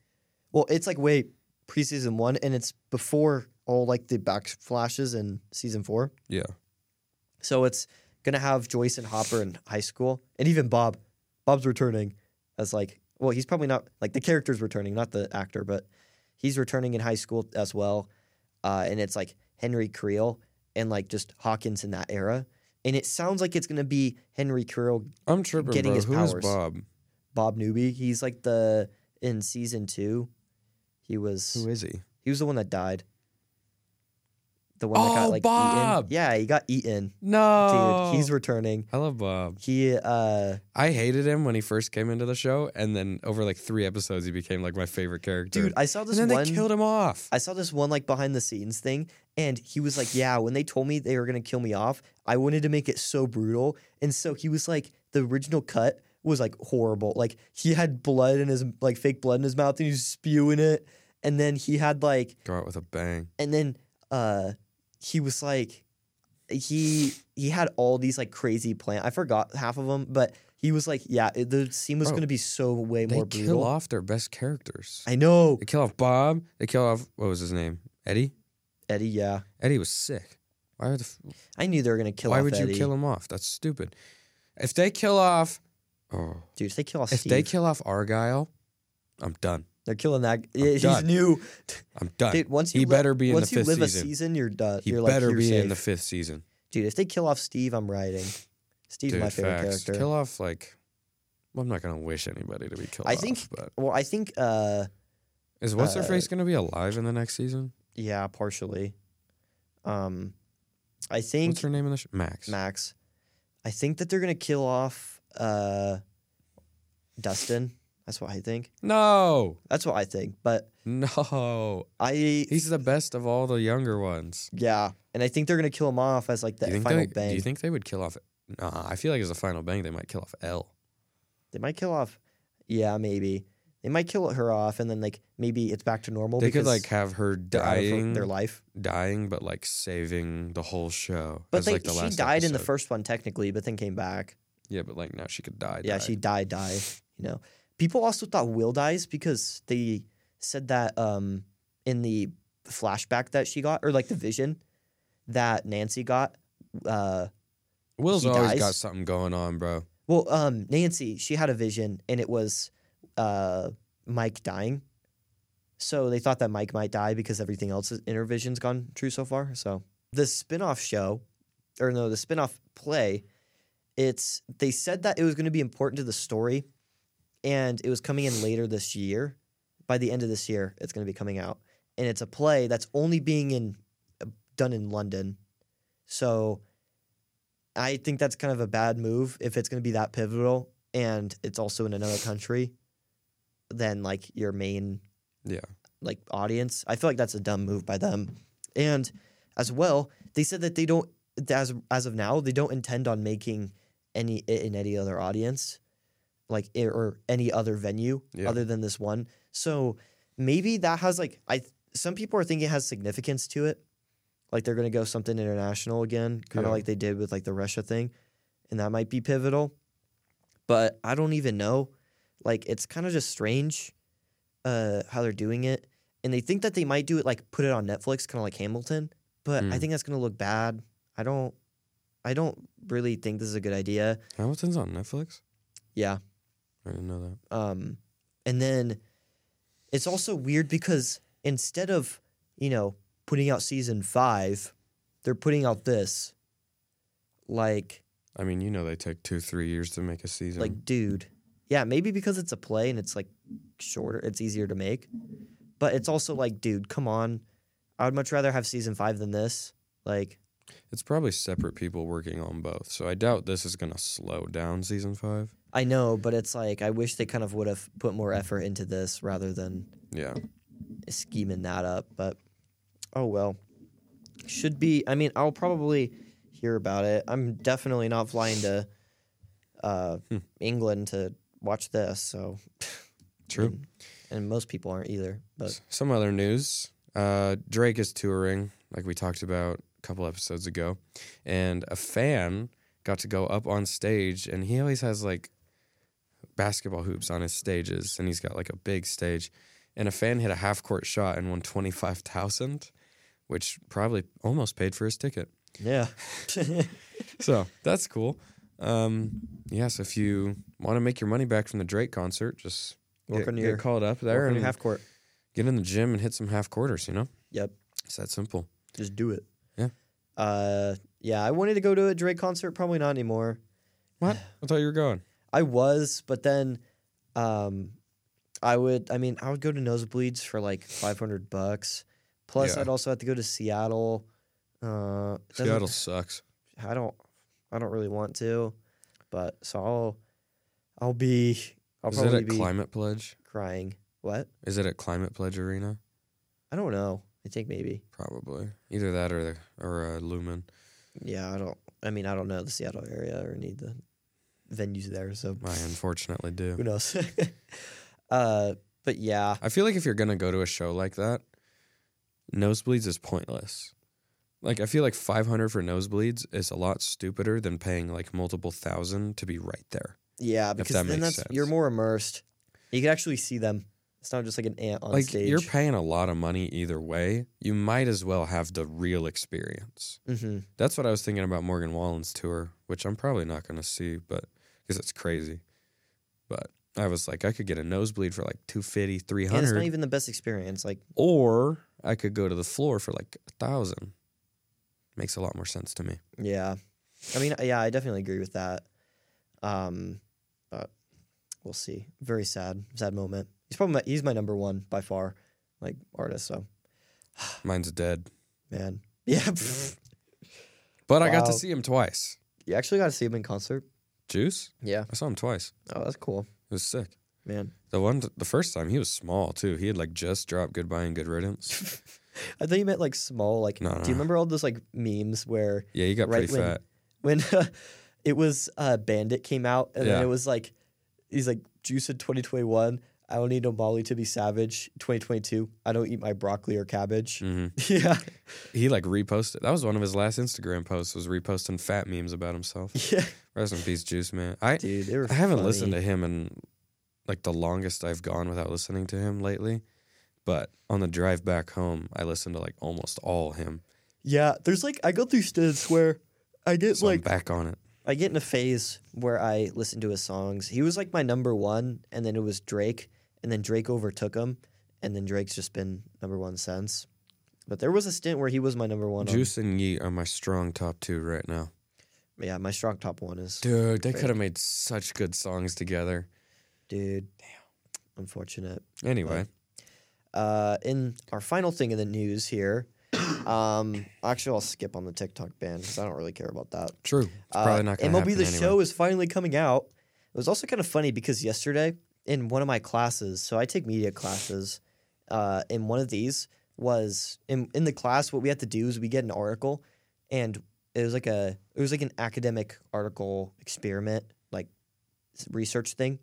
Speaker 2: well, it's like way pre-season 1 and it's before all like the backflashes in season 4.
Speaker 1: yeah.
Speaker 2: So it's going to have Joyce and Hopper in high school and even Bob. Bob's returning as like, well, he's probably not like the character's returning, not the actor, but he's returning in high school as well. Uh, and it's like Henry Creel and like just Hawkins in that era. And it sounds like it's going to be Henry Creel,
Speaker 1: I'm tripping,
Speaker 2: getting
Speaker 1: bro.
Speaker 2: his
Speaker 1: Who is
Speaker 2: powers.
Speaker 1: Bob?
Speaker 2: Bob Newby. He's like the in season 2. He was
Speaker 1: Who is he?
Speaker 2: he was the one that died. The one that
Speaker 1: Oh,
Speaker 2: got like
Speaker 1: Bob! Oh.
Speaker 2: eaten. Yeah, he got eaten.
Speaker 1: No.
Speaker 2: Dude, he's returning.
Speaker 1: I love Bob.
Speaker 2: He uh
Speaker 1: I hated him when he first came into the show, and then over like three episodes, he became like my favorite character.
Speaker 2: dude, I saw
Speaker 1: and
Speaker 2: this
Speaker 1: then
Speaker 2: one
Speaker 1: they killed him off.
Speaker 2: I saw this one like behind the scenes thing and he was like, "Yeah, when they told me they were going to kill me off, I wanted to make it so brutal." And so he was like the original cut was like horrible. Like he had blood in his like fake blood in his mouth and he was spewing it. And then he had like
Speaker 1: Go out with a bang.
Speaker 2: and then uh he was like he he had all these like crazy plans. I forgot half of them, but he was like, "Yeah, it- the scene was
Speaker 1: Bro,
Speaker 2: going to be so way
Speaker 1: They
Speaker 2: more
Speaker 1: kill
Speaker 2: brutal."
Speaker 1: off their best characters.
Speaker 2: I know,
Speaker 1: They kill off Bob. They kill off what was his name? Eddie.
Speaker 2: Eddie. Yeah,
Speaker 1: Eddie was sick. Why would the, f-
Speaker 2: I knew they were gonna kill.
Speaker 1: Why
Speaker 2: off
Speaker 1: would
Speaker 2: Eddie.
Speaker 1: you kill him off? That's stupid. If they kill off, oh,
Speaker 2: Dude, if they kill off
Speaker 1: if
Speaker 2: Steve,
Speaker 1: they kill off Argyle, I'm done.
Speaker 2: they're killing that. Yeah, he's
Speaker 1: done.
Speaker 2: new.
Speaker 1: I'm done.
Speaker 2: Dude, once you
Speaker 1: he
Speaker 2: li-
Speaker 1: better be in the
Speaker 2: once you
Speaker 1: fifth
Speaker 2: live
Speaker 1: season.
Speaker 2: a season, you're done.
Speaker 1: he
Speaker 2: you're
Speaker 1: better
Speaker 2: like, you're
Speaker 1: be
Speaker 2: safe.
Speaker 1: in the fifth season.
Speaker 2: Dude, if they kill off Steve, I'm riding. Steve's
Speaker 1: Dude,
Speaker 2: my favorite
Speaker 1: facts.
Speaker 2: character.
Speaker 1: Kill off like. Well, I'm not gonna wish anybody to be killed.
Speaker 2: I
Speaker 1: off,
Speaker 2: think- uh,
Speaker 1: but
Speaker 2: well, I think, uh,
Speaker 1: is what's her face gonna be alive in the next season?
Speaker 2: yeah, partially. Um, I think
Speaker 1: What's her name in the show? Max.
Speaker 2: Max. I think that they're gonna kill off uh, Dustin. That's what I think.
Speaker 1: No, (laughs)
Speaker 2: That's what I think. But
Speaker 1: no,
Speaker 2: I
Speaker 1: he's the best of all the younger ones.
Speaker 2: yeah, and I think they're gonna kill him off as like
Speaker 1: do you
Speaker 2: the
Speaker 1: think
Speaker 2: final
Speaker 1: they,
Speaker 2: bang.
Speaker 1: Do you think they would kill off? Nah, I feel like as a final bang, they might kill off L.
Speaker 2: They might kill off. Yeah, maybe they might kill her off, and then like maybe it's back to normal.
Speaker 1: they could
Speaker 2: because
Speaker 1: like have her
Speaker 2: they're out of her-
Speaker 1: dying,
Speaker 2: their life.
Speaker 1: dying, but like saving the whole show.
Speaker 2: But
Speaker 1: as,
Speaker 2: they,
Speaker 1: like the
Speaker 2: she
Speaker 1: last
Speaker 2: died in the
Speaker 1: episode.
Speaker 2: first one technically, but then came back.
Speaker 1: Yeah, but like now she could die.
Speaker 2: yeah,
Speaker 1: die.
Speaker 2: she died, die. You know, people also thought Will dies because they said that um in the flashback that she got or like the vision that Nancy got. Uh,
Speaker 1: Will's
Speaker 2: he
Speaker 1: always
Speaker 2: dies.
Speaker 1: got something going on, bro.
Speaker 2: well, um, Nancy she had a vision and it was uh Mike dying. So they thought that Mike might die because everything else is- in her vision's gone true so far. So the spin-off show, or no, the spin-off play, it's they said that it was going to be important to the story, and it was coming in later this year. By the end of this year, it's going to be coming out, and it's a play that's only being in uh, done in London. So I think that's kind of a bad move if it's going to be that pivotal, and it's also in another country. Than like your main
Speaker 1: Yeah,
Speaker 2: like audience. I feel like that's a dumb move by them. And as well, they said that they don't as as of now they don't intend on making any it in any other audience, like i- or any other venue
Speaker 1: Yeah.
Speaker 2: other than this one. So maybe that has like I some people are thinking it has significance to it, like they're gonna go something international again, kind of
Speaker 1: Yeah.
Speaker 2: like they did with like the Russia thing, and that might be pivotal. But I don't even know. Like it's kind of just strange uh, how they're doing it, and they think that they might do it like put it on Netflix, kind of like Hamilton. But I
Speaker 1: Mm.
Speaker 2: think that's gonna look bad. I don't. I don't really think this is a good idea.
Speaker 1: Hamilton's on Netflix.
Speaker 2: Yeah.
Speaker 1: I didn't know that.
Speaker 2: Um, and then it's also weird because instead of, you know, putting out season five, they're putting out this. Like,
Speaker 1: I mean, you know, they take two, three years to make a season.
Speaker 2: like, dude. Yeah, maybe because it's a play and it's like shorter, it's easier to make. But it's also like, dude, come on. I would much rather have season five than this. Like,
Speaker 1: it's probably separate people working on both, so I doubt this is gonna slow down season five.
Speaker 2: I know, but it's like, I wish they kind of would have put more effort into this rather than
Speaker 1: Yeah,
Speaker 2: scheming that up, but oh well. Should be. I mean, I'll probably hear about it. I'm definitely not flying to uh, England to watch this. So,
Speaker 1: true.
Speaker 2: Mm. and most people aren't either. But
Speaker 1: Some other news: uh, Drake is touring, like we talked about a couple episodes ago, and a fan got to go up on stage, and he always has like basketball hoops on his stages, and he's got like a big stage, and a fan hit a half court shot and won twenty five thousand, which probably almost paid for his ticket.
Speaker 2: yeah, (laughs)
Speaker 1: so (laughs) that's cool. Um, yes, if you want to make your money back from the Drake concert, just
Speaker 2: Work
Speaker 1: get,
Speaker 2: on
Speaker 1: get
Speaker 2: your-
Speaker 1: called up there
Speaker 2: there in
Speaker 1: and
Speaker 2: half court.
Speaker 1: get in the gym and hit some half quarters. You know,
Speaker 2: Yep,
Speaker 1: it's that simple.
Speaker 2: just do it.
Speaker 1: Yeah.
Speaker 2: Uh, yeah. I wanted to go to a Drake concert. Probably not anymore.
Speaker 1: What? I thought you were going.
Speaker 2: I was, but then, um, I would. I mean, I would go to nosebleeds for like five hundred bucks. Plus,
Speaker 1: Yeah.
Speaker 2: I'd also have to go to Seattle. Uh, it doesn't-
Speaker 1: Seattle sucks.
Speaker 2: I don't. I don't really want to, but so I'll. I'll be. I'll
Speaker 1: Is it
Speaker 2: probably
Speaker 1: at
Speaker 2: be
Speaker 1: Climate Pledge?
Speaker 2: crying. What?
Speaker 1: Is it at Climate Pledge Arena?
Speaker 2: I don't know. I think maybe.
Speaker 1: Probably. Either that or the or uh, Lumen.
Speaker 2: Yeah, I don't. I mean, I don't know the Seattle area or need the venues there. So
Speaker 1: I unfortunately
Speaker 2: who
Speaker 1: do.
Speaker 2: knows? (laughs) uh, but yeah,
Speaker 1: I feel like if you're gonna go to a show like that, nosebleeds is pointless. Like I feel like 500 for nosebleeds is a lot stupider than paying like multiple thousand to be right there.
Speaker 2: Yeah, because
Speaker 1: that
Speaker 2: then
Speaker 1: makes
Speaker 2: that's you're
Speaker 1: sense.
Speaker 2: more immersed. You can actually see them. It's not just like an ant on
Speaker 1: like
Speaker 2: stage.
Speaker 1: you're paying a lot of money either way. You might as well have the real experience.
Speaker 2: Mhm.
Speaker 1: That's what I was thinking about Morgan Wallen's tour, which I'm probably not going to see, but because it's crazy. But I was like, I could get a nosebleed for like 250,
Speaker 2: And it's
Speaker 1: 300,
Speaker 2: not even the best experience. Like,
Speaker 1: or I could go to the floor for like a thousand. Makes a lot more sense to me.
Speaker 2: yeah, I mean, yeah, I definitely agree with that. Um, but we'll see. Very sad, sad moment. He's probably my, he's my number one by far, like artist. So
Speaker 1: Mine's dead,
Speaker 2: man, (laughs) yeah,
Speaker 1: but I got to
Speaker 2: Wow.
Speaker 1: see him twice.
Speaker 2: you actually got to see him in concert.
Speaker 1: Juice,
Speaker 2: Yeah.
Speaker 1: I saw him twice.
Speaker 2: Oh, that's cool,
Speaker 1: It was sick.
Speaker 2: man. (laughs)
Speaker 1: The one, the first time, he was small too. He had like just dropped "Goodbye and Good Riddance."
Speaker 2: I thought you meant like small. Like,
Speaker 1: No,
Speaker 2: do
Speaker 1: no,
Speaker 2: you
Speaker 1: no.
Speaker 2: remember all those like memes where?
Speaker 1: Yeah, he got
Speaker 2: Right
Speaker 1: pretty
Speaker 2: when-
Speaker 1: fat.
Speaker 2: when (laughs) it was uh, Bandit came out, and then
Speaker 1: Yeah.
Speaker 2: it was like he's like Juice in 2021. I don't need no Molly to be savage. 2022. I don't eat my broccoli or cabbage.
Speaker 1: hmm
Speaker 2: (laughs) yeah,
Speaker 1: He like reposted. That was one of his last Instagram posts. Was reposting fat memes about himself.
Speaker 2: yeah,
Speaker 1: Rest in peace, Juice Man. I
Speaker 2: dude. They were
Speaker 1: I haven't
Speaker 2: funny.
Speaker 1: listened to him in like the longest I've gone without listening to him lately. But on the drive back home, I listened to like almost all him.
Speaker 2: Yeah, there's like I go through stages where I get
Speaker 1: So I'm
Speaker 2: like
Speaker 1: back on it.
Speaker 2: I get in a phase where I listen to his songs. He was like my number one, and then it was Drake, and then Drake overtook him, and then Drake's just been number one since. But there was a stint where he was my number one. on-
Speaker 1: Juice and Yeet are my strong top two right now.
Speaker 2: yeah, my strong top one is
Speaker 1: Dude, they could have made such good songs together.
Speaker 2: Dude. Unfortunate.
Speaker 1: Anyway,
Speaker 2: Uh, in our final thing in the news here, (coughs) um, actually, I'll skip on the TikTok ban because I don't really care about that.
Speaker 1: true. It's
Speaker 2: Uh,
Speaker 1: probably not going to
Speaker 2: MLB
Speaker 1: happen
Speaker 2: The
Speaker 1: anyway.
Speaker 2: Show is finally coming out. It was also kind of funny because yesterday in one of my classes, so I take media classes, uh, in one of these was in in the class what we had to do is we get an article, and it was like a it was like an academic article experiment like s- research thing,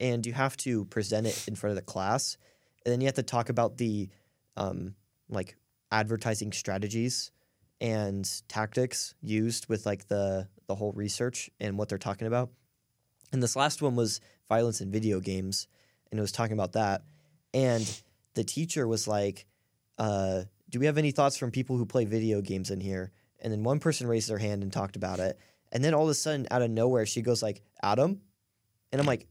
Speaker 2: and you have to present it in front of the class, and then you have to talk about the um, like advertising strategies and tactics used with like the the whole research and what they're talking about. And this last one was violence in video games, and it was talking about that. And the teacher was like, uh, "Do we have any thoughts from people who play video games in here?" and then one person raised their hand and talked about it, and then all of a sudden, out of nowhere, she goes like, "Adam," and I'm like,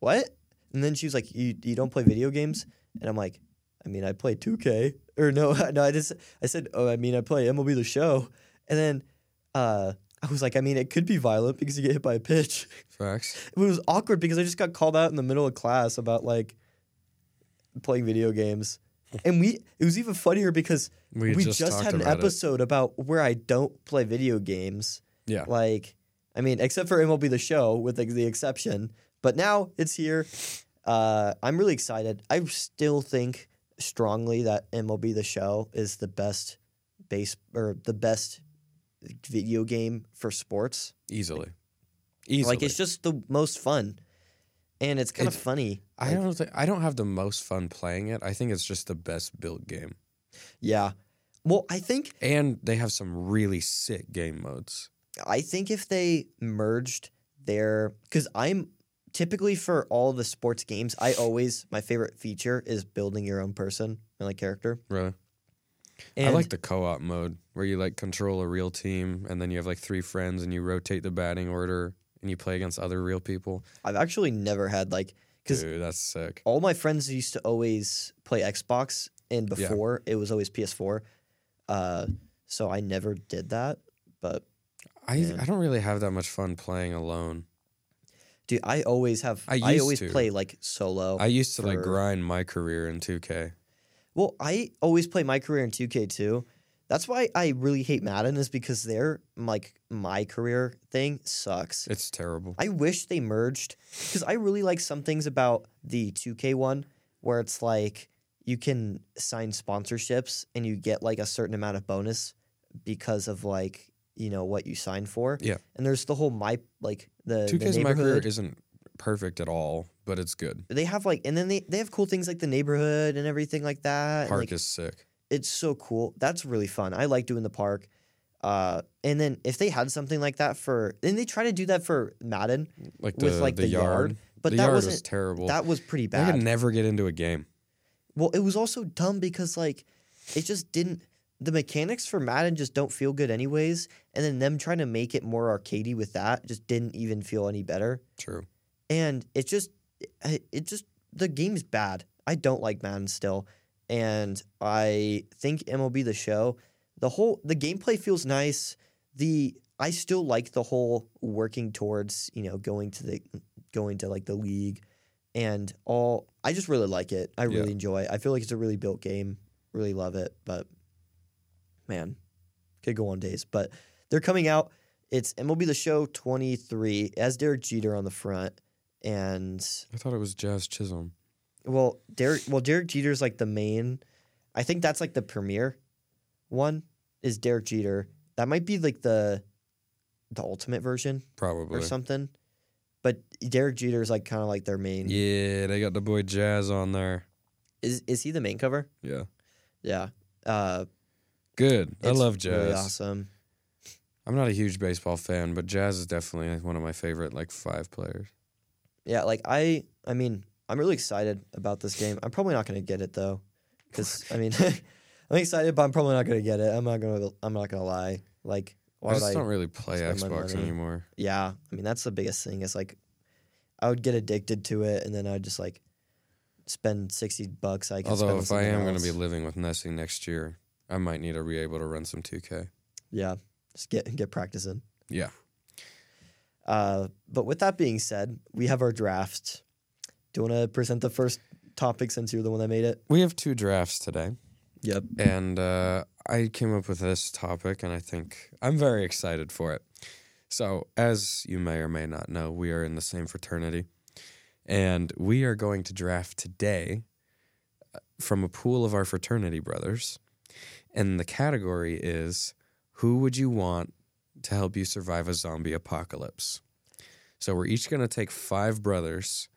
Speaker 2: "What?" And then she was like, "You you don't play video games?" And I'm like, "I mean, I play 2K or no, (laughs) no, I just I said, oh, I mean, I play MLB the Show," and then uh, I was like, "I mean, it could be violent because you get hit by a pitch."
Speaker 1: Facts.
Speaker 2: it was awkward because I just got called out in the middle of class about like playing video games. And we it was even funnier because we, just, had an
Speaker 1: about it.
Speaker 2: episode about where I don't play video games.
Speaker 1: Yeah.
Speaker 2: Like I mean, except for MLB the show with like, the exception. But now it's here. Uh, I'm really excited. I still think strongly that MLB the show is the best base or the best video game for sports.
Speaker 1: Easily. Easily.
Speaker 2: Like it's just the most fun, and it's kind of
Speaker 1: It's-
Speaker 2: funny.
Speaker 1: I
Speaker 2: Like,
Speaker 1: don't think I don't have the most fun playing it. I think it's just the best built game.
Speaker 2: Yeah. Well, I think
Speaker 1: And they have some really sick game modes.
Speaker 2: I think if they merged their because I'm typically for all the sports games, I always my favorite feature is building your own person and like character.
Speaker 1: Really?
Speaker 2: And
Speaker 1: I like the co-op mode where you like control a real team and then you have like three friends and you rotate the batting order and you play against other real people.
Speaker 2: I've actually never had like because
Speaker 1: Dude, that's sick.
Speaker 2: all my friends used to always play Xbox, and
Speaker 1: Yeah.
Speaker 2: before it was always PS4. Uh, so I never did that, but
Speaker 1: I
Speaker 2: Yeah.
Speaker 1: I don't really have that much fun playing alone.
Speaker 2: dude, I always have.
Speaker 1: I
Speaker 2: I,
Speaker 1: used
Speaker 2: always
Speaker 1: to.
Speaker 2: play like solo.
Speaker 1: I used to like
Speaker 2: For-
Speaker 1: grind my career in 2K.
Speaker 2: Well, I always play my career in 2K too. That's why I really hate Madden is because their like my career thing sucks.
Speaker 1: It's terrible.
Speaker 2: I wish they merged because I really like some things about the 2K one where it's like you can sign sponsorships and you get like a certain amount of bonus because of like you know what you sign for.
Speaker 1: Yeah.
Speaker 2: And there's the whole my like the
Speaker 1: 2K's
Speaker 2: the
Speaker 1: my career
Speaker 2: neighborhood
Speaker 1: isn't perfect at all, but it's good.
Speaker 2: they have like and then they, they have cool things like the neighborhood and everything like that. and,
Speaker 1: Park
Speaker 2: like,
Speaker 1: is sick.
Speaker 2: it's so cool. That's really fun. I like doing the park. Uh, and then if they had something like that for, and they try to do that for Madden,
Speaker 1: Like the
Speaker 2: with, like,
Speaker 1: the,
Speaker 2: the
Speaker 1: yard,
Speaker 2: yard, but
Speaker 1: the
Speaker 2: that
Speaker 1: yard was
Speaker 2: wasn't-
Speaker 1: terrible.
Speaker 2: that was pretty
Speaker 1: I could
Speaker 2: bad.
Speaker 1: never get into a game.
Speaker 2: well, it was also dumb because like it just didn't. The mechanics for Madden just don't feel good anyways, and then them trying to make it more arcadey with that just didn't even feel any better.
Speaker 1: True.
Speaker 2: And it just, it it just the game's bad. I don't like Madden still, and I think MLB the Show, the whole the gameplay feels nice. The I still like the whole working towards you know going to the going to like the league, and all. I just really like it. I really
Speaker 1: Yeah.
Speaker 2: enjoy. it. I feel like it's a really built game. Really love it, but man, could go on days. But they're coming out. It's MLB the Show 23 it has Derek Jeter on the front, and
Speaker 1: I thought it was Jazz Chisholm.
Speaker 2: well, Derek. Well, Derek Jeter's like the main. I think that's like the premier one is Derek Jeter. That might be like the the ultimate version
Speaker 1: Probably.
Speaker 2: or something. But Derek Jeter is like kind of like their main.
Speaker 1: Yeah, they got the boy Jazz on there.
Speaker 2: Is is he the main cover?
Speaker 1: Yeah.
Speaker 2: Yeah. Uh,
Speaker 1: Good. I
Speaker 2: it's
Speaker 1: love Jazz.
Speaker 2: Really awesome.
Speaker 1: I'm not a huge baseball fan, but Jazz is definitely one of my favorite like five players.
Speaker 2: Yeah. Like I. I mean, I'm really excited about this game. I'm probably not gonna get it though, because I mean, (laughs) I'm excited, but I'm probably not gonna get it. I'm not gonna. I'm not gonna lie. Like, why
Speaker 1: I
Speaker 2: would
Speaker 1: just
Speaker 2: I?
Speaker 1: don't really play
Speaker 2: spend my
Speaker 1: Xbox
Speaker 2: money?
Speaker 1: anymore.
Speaker 2: yeah i mean that's the biggest thing is like i would get addicted to it and then i'd just like spend 60 bucks i could spend
Speaker 1: Although
Speaker 2: on
Speaker 1: if I
Speaker 2: something
Speaker 1: am going to
Speaker 2: else.
Speaker 1: be living with Nessie next year, I might need to be able to run some 2K.
Speaker 2: yeah just get get practicing
Speaker 1: Yeah.
Speaker 2: uh but with that being said we have our draft do you want to present the first topic since you're the one that made it
Speaker 1: We have two drafts today,
Speaker 2: yep
Speaker 1: and uh, I came up with this topic, and I think I'm very excited for it. So, as you may or may not know, we are in the same fraternity, and we are going to draft today uh, from a pool of our fraternity brothers. And the category is who would you want to help you survive a zombie apocalypse? So, we're each going to take five brothers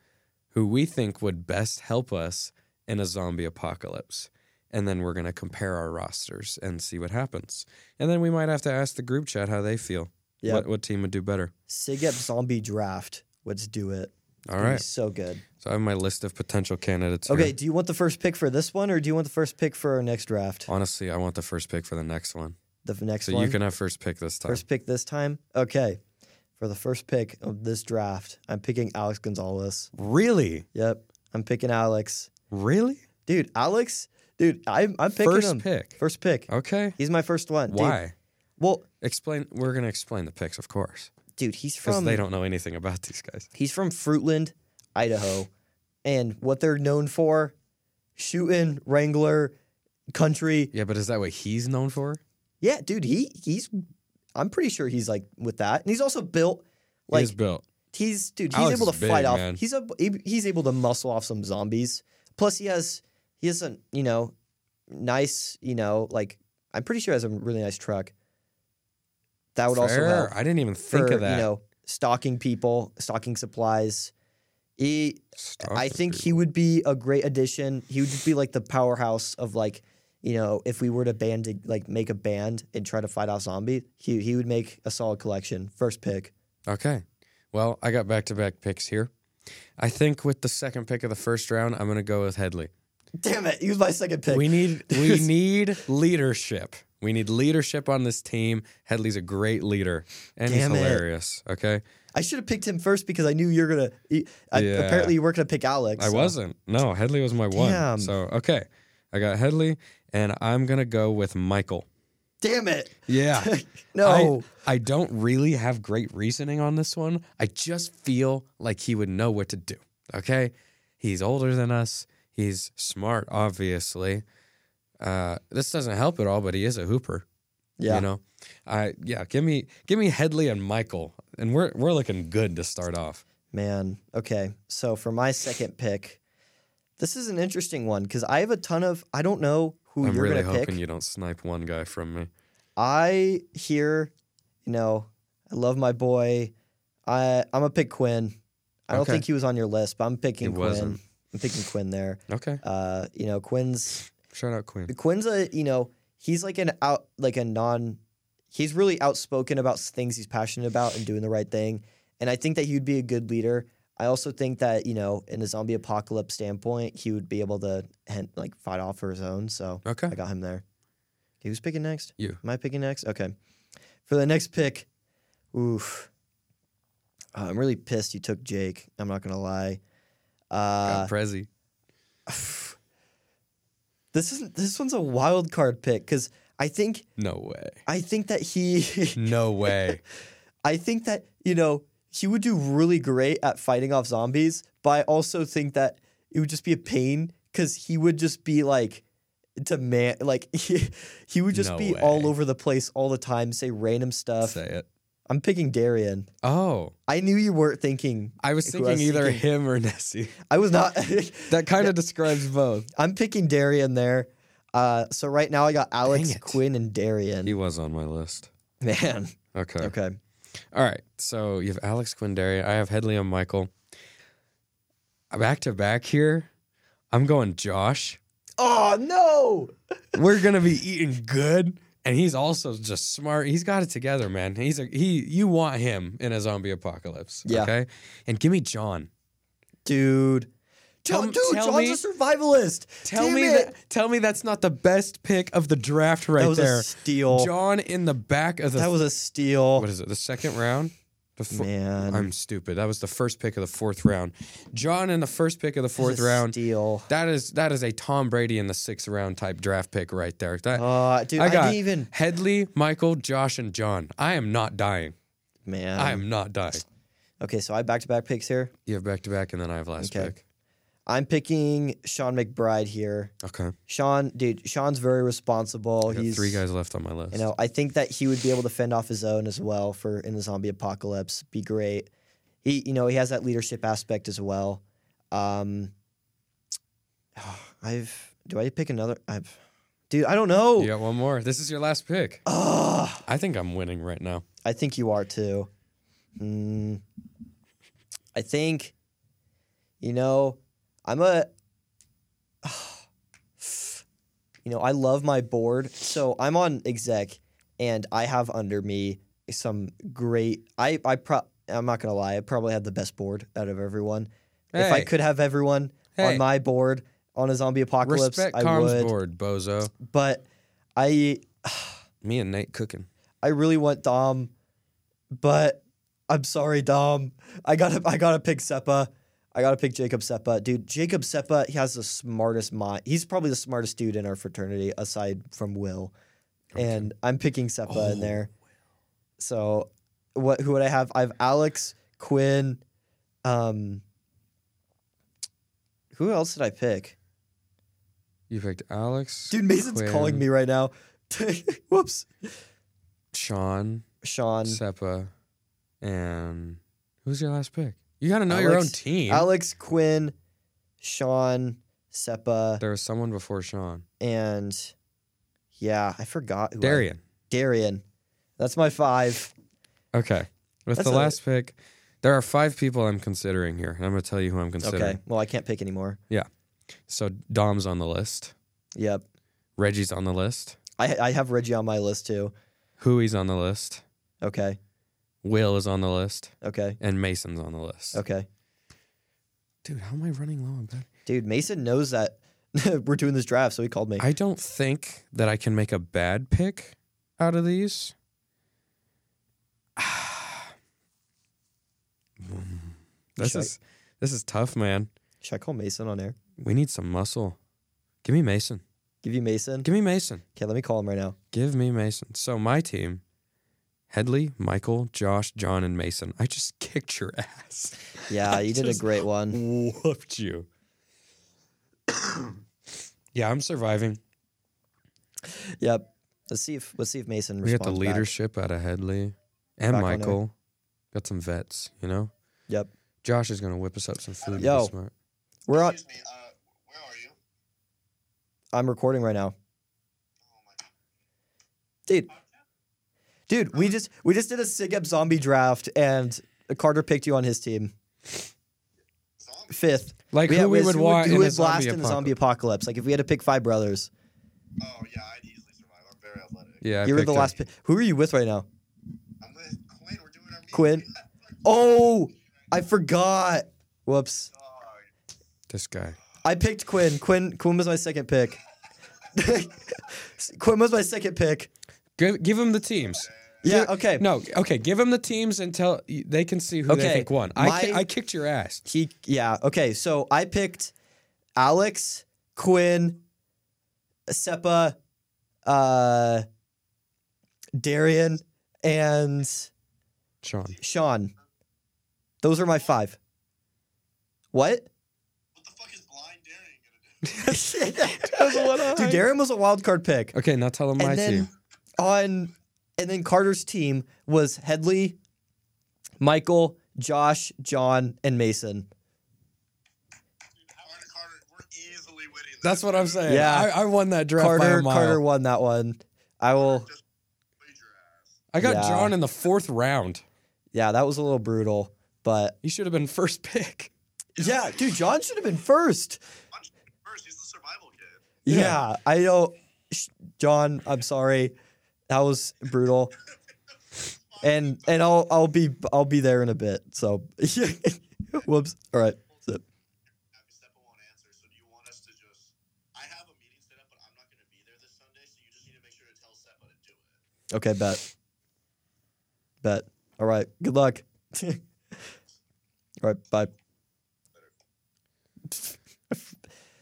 Speaker 1: who we think would best help us in a zombie apocalypse. And then we're going to compare our rosters and see what happens. And then we might have to ask the group chat how they feel.
Speaker 2: yeah
Speaker 1: What, what team would do better?
Speaker 2: sigep zombie draft let's do it
Speaker 1: All
Speaker 2: It'll be
Speaker 1: right.
Speaker 2: so good
Speaker 1: So I have my list of potential candidates. here.
Speaker 2: okay do you want the first pick for this one or do you want the first pick for our next draft
Speaker 1: Honestly, I want the first pick for the next one.
Speaker 2: the next
Speaker 1: Uh, So
Speaker 2: one.
Speaker 1: you can have first pick this time.
Speaker 2: First pick this time. Okay. For the first pick of this draft, I'm picking Alex Gonzalez.
Speaker 1: Really?
Speaker 2: Yep. I'm picking Alex.
Speaker 1: Really?
Speaker 2: Dude, Alex, dude, I'm, I'm picking
Speaker 1: first
Speaker 2: him.
Speaker 1: pick.
Speaker 2: First pick.
Speaker 1: Okay.
Speaker 2: He's my first one. Dude,
Speaker 1: Why?
Speaker 2: well,
Speaker 1: Explain. We're gonna explain the picks, of course,
Speaker 2: dude, he's
Speaker 1: because
Speaker 2: from
Speaker 1: they don't know anything about these guys.
Speaker 2: he's from Fruitland, Idaho. And what they're known for, shooting, Wrangler, country.
Speaker 1: Yeah, but is that what he's known for?
Speaker 2: Yeah, dude, he he's I'm pretty sure he's like with that. And he's also built
Speaker 1: Like,
Speaker 2: like
Speaker 1: he's built.
Speaker 2: He's dude. He's
Speaker 1: Alex
Speaker 2: able to
Speaker 1: is big,
Speaker 2: fight off.
Speaker 1: man.
Speaker 2: He's a, he- he's able to muscle off some zombies. Plus, he has he has a you know nice you know like I'm pretty sure he has a really nice truck. That would also
Speaker 1: Fair.
Speaker 2: help
Speaker 1: I didn't even think
Speaker 2: for
Speaker 1: of that.
Speaker 2: you know stocking people, stocking supplies. He,
Speaker 1: Stop
Speaker 2: I
Speaker 1: it,
Speaker 2: think
Speaker 1: dude.
Speaker 2: he would be a great addition. He would be like the powerhouse of like you know if we were to band to like make a band and try to fight off zombies, he he would make a solid collection. First pick.
Speaker 1: Okay. Well, I got back to back picks here. I think with the second pick of the first round, I'm gonna go with Headley.
Speaker 2: Damn it, he was my second pick.
Speaker 1: We need
Speaker 2: (laughs)
Speaker 1: we need leadership. We need leadership on this team. Headley's a great leader and
Speaker 2: Damn it.
Speaker 1: he's hilarious. Okay,
Speaker 2: I should have picked him first because I knew you're gonna. You, I,
Speaker 1: Yeah.
Speaker 2: Apparently, you weren't gonna pick Alex.
Speaker 1: I
Speaker 2: so-
Speaker 1: wasn't. No, Headley was my
Speaker 2: Damn.
Speaker 1: one. So okay, I got Headley, and I'm gonna go with Michael.
Speaker 2: Damn it! (laughs)
Speaker 1: Yeah.
Speaker 2: no,
Speaker 1: I, I don't really have great reasoning on this one. I just feel like he would know what to do. Okay. He's older than us. He's smart, obviously. Uh, this doesn't help at all, but he is a hooper.
Speaker 2: yeah,
Speaker 1: You know? I yeah, give me give me Headley and Michael. And we're we're looking good to start off.
Speaker 2: man. Okay, so for my second pick, this is an interesting one because I have a ton of. I don't know who
Speaker 1: I'm
Speaker 2: you're
Speaker 1: really
Speaker 2: gonna
Speaker 1: hoping
Speaker 2: pick.
Speaker 1: you don't snipe one guy from me.
Speaker 2: I hear, you know, I love my boy. I I'm gonna pick Quinn. I don't
Speaker 1: Okay.
Speaker 2: think he was on your list, but I'm picking Quinn.
Speaker 1: wasn't.
Speaker 2: I'm picking Quinn there.
Speaker 1: Okay.
Speaker 2: Uh, you know, Quinn's
Speaker 1: Shout out Quinn.
Speaker 2: Quinn's a you know he's like an out like a non he's really outspoken about things he's passionate about and doing the right thing and I think that he'd be a good leader. I also think that you know in a zombie apocalypse standpoint he would be able to hen- like fight off for his own. So
Speaker 1: Okay.
Speaker 2: I got him there. Okay, who's picking next?
Speaker 1: You.
Speaker 2: Am I picking next? Okay. For the next pick, oof. Uh, I'm really pissed you took Jake. I'm not gonna lie. Uh,
Speaker 1: got Prezi.
Speaker 2: this is this one's a wild card pick because I think
Speaker 1: No way.
Speaker 2: I think that he, (laughs)
Speaker 1: No way.
Speaker 2: I think that you know he would do really great at fighting off zombies, but I also think that it would just be a pain because he would just be like to man like (laughs) he, he would just
Speaker 1: No
Speaker 2: be all
Speaker 1: way.
Speaker 2: over the place all the time, say random stuff.
Speaker 1: Say it.
Speaker 2: I'm picking Darian.
Speaker 1: Oh.
Speaker 2: I knew you weren't thinking.
Speaker 1: I was
Speaker 2: Who
Speaker 1: thinking
Speaker 2: was
Speaker 1: either
Speaker 2: thinking-
Speaker 1: him or Nessie.
Speaker 2: I was not. (laughs)
Speaker 1: That kind of describes both.
Speaker 2: I'm picking Darian there. Uh, so right now I got Alex
Speaker 1: Dang it.
Speaker 2: Quinn and Darian.
Speaker 1: He was on my list. (laughs)
Speaker 2: Man,
Speaker 1: Okay.
Speaker 2: okay,
Speaker 1: All right. So you have Alex Quindary. I have Headley and Michael. Back to back here. I'm going Josh.
Speaker 2: Oh no!
Speaker 1: We're gonna be eating good. And he's also just smart. He's got it together, man. He's a he you want him in a zombie apocalypse.
Speaker 2: Yeah.
Speaker 1: Okay. And give me John.
Speaker 2: Dude.
Speaker 1: Tell-
Speaker 2: dude,
Speaker 1: tell
Speaker 2: John's
Speaker 1: me-
Speaker 2: a survivalist.
Speaker 1: Tell
Speaker 2: Damn
Speaker 1: me
Speaker 2: it.
Speaker 1: that tell me that's not the best pick of the draft
Speaker 2: that
Speaker 1: right
Speaker 2: was
Speaker 1: there.
Speaker 2: a steal.
Speaker 1: John in the back of the
Speaker 2: that was a steal.
Speaker 1: what is it, the second round? The fir-
Speaker 2: Man.
Speaker 1: I'm stupid. That was the first pick of the fourth round. John in the first pick of the
Speaker 2: That was
Speaker 1: fourth
Speaker 2: a
Speaker 1: round.
Speaker 2: Steal.
Speaker 1: That is that is a Tom Brady in the sixth round type draft pick right there. That,
Speaker 2: Uh, dude, I,
Speaker 1: I got
Speaker 2: didn't even.
Speaker 1: Headley, Michael, Josh, and John. I am not dying.
Speaker 2: Man.
Speaker 1: I am not dying.
Speaker 2: Okay, so I back to back picks here.
Speaker 1: You have back to back, and then I have last
Speaker 2: Okay. I'm picking Sean McBride here.
Speaker 1: pick. Okay,
Speaker 2: Sean, dude, Sean's very responsible.
Speaker 1: I got
Speaker 2: He's
Speaker 1: three guys left on my list.
Speaker 2: You know, I think that he would be able to fend off his own as well for in the zombie apocalypse. Be great. He, you know, he has that leadership aspect as well. Um, (sighs) I've do I pick another? I've, dude, I don't know.
Speaker 1: you got one more. This is your last pick.
Speaker 2: Ugh.
Speaker 1: I think I'm winning right now.
Speaker 2: I think you are too. Mm, I think, you know, I'm a. (sighs) You know, I love my board. So I'm on exec and I have under me some great. I, I pro, I'm not going to lie. I probably have the best board out of everyone. If I
Speaker 1: Hey.
Speaker 2: could have everyone on
Speaker 1: Hey.
Speaker 2: my board on a zombie apocalypse,
Speaker 1: Respect
Speaker 2: I
Speaker 1: comms
Speaker 2: would
Speaker 1: board, bozo.
Speaker 2: but I
Speaker 1: Me and Nate cooking.
Speaker 2: I really want Dom, but I'm sorry, Dom. I gotta I gotta pick Seppa. I gotta pick Jacob Seppa. Dude, Jacob Seppa, he has the smartest mind. He's probably the smartest dude in our fraternity, aside from Will. And I'm picking Seppa in
Speaker 1: Oh,
Speaker 2: there. So what who would I have? I have Alex, Quinn, um who else did I pick?
Speaker 1: You picked Alex.
Speaker 2: Dude, Mason's calling
Speaker 1: Quinn,
Speaker 2: me right now. (laughs) Whoops.
Speaker 1: Sean,
Speaker 2: Sean.
Speaker 1: Seppa, and who's your last pick? You got to know your own
Speaker 2: Alex-
Speaker 1: team.
Speaker 2: Alex Quinn, Sean Seppa,
Speaker 1: There was someone before Sean.
Speaker 2: and yeah, I forgot who I-
Speaker 1: Darian.
Speaker 2: Darian. That's my five.
Speaker 1: Okay. With
Speaker 2: That's
Speaker 1: the
Speaker 2: a-
Speaker 1: last pick, there are five people I'm considering here, and I'm going to tell you who I'm considering.
Speaker 2: Okay. Well, I can't pick anymore.
Speaker 1: So Dom's on the list.
Speaker 2: Yep.
Speaker 1: Reggie's on the list.
Speaker 2: I I have Reggie on my list too.
Speaker 1: Huey's on the list.
Speaker 2: Okay.
Speaker 1: Will is on the list.
Speaker 2: Okay.
Speaker 1: And Mason's on the list.
Speaker 2: Okay.
Speaker 1: Dude, how am I running low on battery?
Speaker 2: Dude, Mason knows that (laughs) we're doing this draft, so he called me.
Speaker 1: I don't think that I can make a bad pick out of these. (sighs) this
Speaker 2: Should I-
Speaker 1: is this is tough, man.
Speaker 2: Should I call Mason on air?
Speaker 1: We need some muscle. Give me Mason.
Speaker 2: Give you Mason.
Speaker 1: Give me Mason.
Speaker 2: Okay, let me call him
Speaker 1: (laughs)
Speaker 2: right now.
Speaker 1: Give me Mason. So my team, Headley, Michael, Josh, John, and Mason. I just (laughs) kicked your ass. (laughs)
Speaker 2: Yeah, you did a
Speaker 1: just-
Speaker 2: great one.
Speaker 1: Whooped you. (coughs) yeah, I'm surviving.
Speaker 2: Yep. Let's see if let's see if Mason
Speaker 1: We got
Speaker 2: responds.
Speaker 1: the
Speaker 2: back.
Speaker 1: leadership out of Headley and
Speaker 2: Back on there.
Speaker 1: Michael. Got some vets, you know?
Speaker 2: Yep.
Speaker 1: Josh is going to whip us up some food.
Speaker 2: Yo.
Speaker 1: Yo. Smart.
Speaker 2: We're on.
Speaker 3: Excuse me, uh, where are you?
Speaker 2: I'm recording right now.
Speaker 3: Oh my god.
Speaker 2: Dude. Dude, we just we just did a SIGEP zombie draft and Carter picked you on his team.
Speaker 3: Zombie.
Speaker 2: Fifth.
Speaker 1: Like
Speaker 2: Yeah,
Speaker 1: who we
Speaker 2: who
Speaker 1: would want
Speaker 2: who
Speaker 1: in a
Speaker 2: would last
Speaker 1: zombie
Speaker 2: in the zombie apocalypse. Like if we had to pick five brothers.
Speaker 3: Oh yeah, I'd easily survive. I'm very athletic.
Speaker 1: Yeah, I
Speaker 2: you were
Speaker 1: picked
Speaker 2: the
Speaker 1: him.
Speaker 2: last pick. Who are you with right now?
Speaker 3: I'm with Quinn. We're doing our meeting. (laughs)
Speaker 2: Quinn? Oh, I forgot. Whoops.
Speaker 3: Dog.
Speaker 1: This guy.
Speaker 2: I picked Quinn. Quinn Quinn was my second pick. (laughs) Quinn was my second pick.
Speaker 1: Give, give him the teams.
Speaker 2: Yeah,
Speaker 1: Give-
Speaker 2: okay.
Speaker 1: No, okay. Give him the teams and tell they can see who
Speaker 2: Okay,
Speaker 1: they think won. I, ki-
Speaker 2: my-
Speaker 1: I kicked your ass.
Speaker 2: He yeah, okay. So I picked Alex, Quinn, Seppa, uh Darian, and
Speaker 1: Sean.
Speaker 2: Sean. Those are my five.
Speaker 1: (laughs)
Speaker 2: What?
Speaker 3: What the fuck is blind Darian gonna do?
Speaker 2: Dude, Darian was a wild card pick.
Speaker 1: Okay, now tell him my
Speaker 2: And then
Speaker 1: team.
Speaker 2: on and then Carter's team was Headley, Michael, Josh, John, and Mason.
Speaker 3: Carter, Carter, we're easily winning. This.
Speaker 1: That's what I'm saying.
Speaker 2: Yeah.
Speaker 1: I, I won that draft by
Speaker 2: Carter
Speaker 1: a mile.
Speaker 2: Carter won that one. I will
Speaker 3: Played your ass.
Speaker 1: I got
Speaker 2: Yeah.
Speaker 1: John in the fourth round.
Speaker 2: yeah, that was a little brutal, but
Speaker 1: He should have been (laughs) first pick.
Speaker 2: yeah, dude, John should have been first.
Speaker 3: Punch first. He's the survival kid.
Speaker 2: Yeah,
Speaker 1: Yeah.
Speaker 2: I don't. Sh- John, I'm sorry, that was brutal. And and I'll I'll be I'll be there in a bit. So, (laughs) whoops. All right. So,
Speaker 3: Happy Steppa won't answer. So do you want us to just? I have a meeting set up, but I'm not gonna be there this Sunday. So you just need to make sure to tell Steppa to do it.
Speaker 2: okay, bet. Bet. All right. Good luck. (laughs) All right. Bye.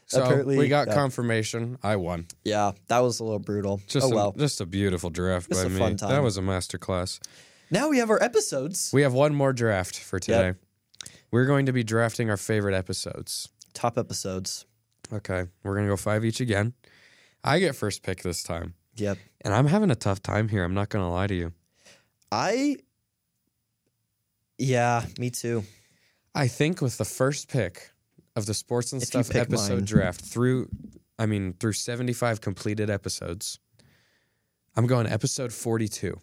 Speaker 1: So
Speaker 2: Apparently,
Speaker 1: we got
Speaker 2: yeah.
Speaker 1: confirmation. I won.
Speaker 2: Yeah, that was a little brutal.
Speaker 1: Just
Speaker 2: oh
Speaker 1: a,
Speaker 2: well.
Speaker 1: just a beautiful draft
Speaker 2: Just
Speaker 1: by
Speaker 2: a
Speaker 1: me.
Speaker 2: fun
Speaker 1: That
Speaker 2: time.
Speaker 1: was a master class.
Speaker 2: Now we have our episodes.
Speaker 1: We have one more draft for today. We're going to be drafting our favorite episodes.
Speaker 2: Top episodes.
Speaker 1: Okay. We're going to go five each again. I get first pick this time.
Speaker 2: Yep.
Speaker 1: And I'm having a tough time here. I'm not going to lie to you.
Speaker 2: I. Yeah, me too.
Speaker 1: I think with the first pick of the Sports and
Speaker 2: If you
Speaker 1: Stuff
Speaker 2: pick
Speaker 1: episode
Speaker 2: mine.
Speaker 1: draft through, I mean, through 75 completed episodes, I'm going episode 42,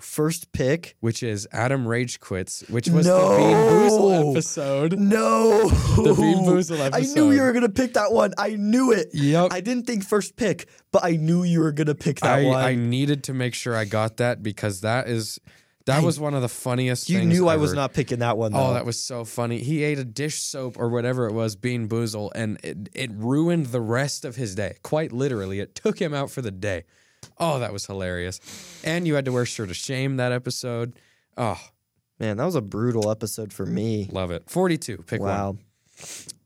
Speaker 2: First pick.
Speaker 1: which is Adam Rage Quits, which was the
Speaker 2: No!
Speaker 1: Bean Boozle episode.
Speaker 2: No.
Speaker 1: The Bean Boozled
Speaker 2: (laughs) I knew
Speaker 1: episode.
Speaker 2: you were gonna pick that one. I knew it.
Speaker 1: Yep.
Speaker 2: I didn't think first pick, but I knew you were gonna pick that
Speaker 1: I,
Speaker 2: one.
Speaker 1: I needed to make sure I got that because that is that was one of the funniest.
Speaker 2: you
Speaker 1: things
Speaker 2: knew I was
Speaker 1: ever.
Speaker 2: not picking that one. Though.
Speaker 1: Oh, that was so funny. He ate a dish soap or whatever it was, Bean Boozle, and it, it ruined the rest of his day. Quite literally, it took him out for the day. Oh, that was hilarious. And you had to wear Shirt of Shame that episode. Oh,
Speaker 2: Man, that was a brutal episode for me.
Speaker 1: love it. 42, pick
Speaker 2: wow.
Speaker 1: one.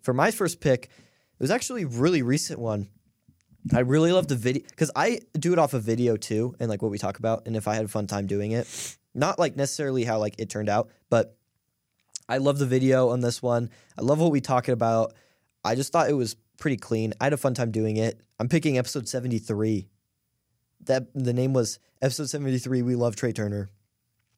Speaker 2: For my first pick, it was actually a really recent one. I really love the video because I do it off of video too, and like what we talk about, and if I had a fun time doing it, not like necessarily how like it turned out, but I love the video on this one. I love what we talking about. I just thought it was pretty clean. I had a fun time doing it. I'm picking episode 73. That the name was episode 73. We love Trey Turner.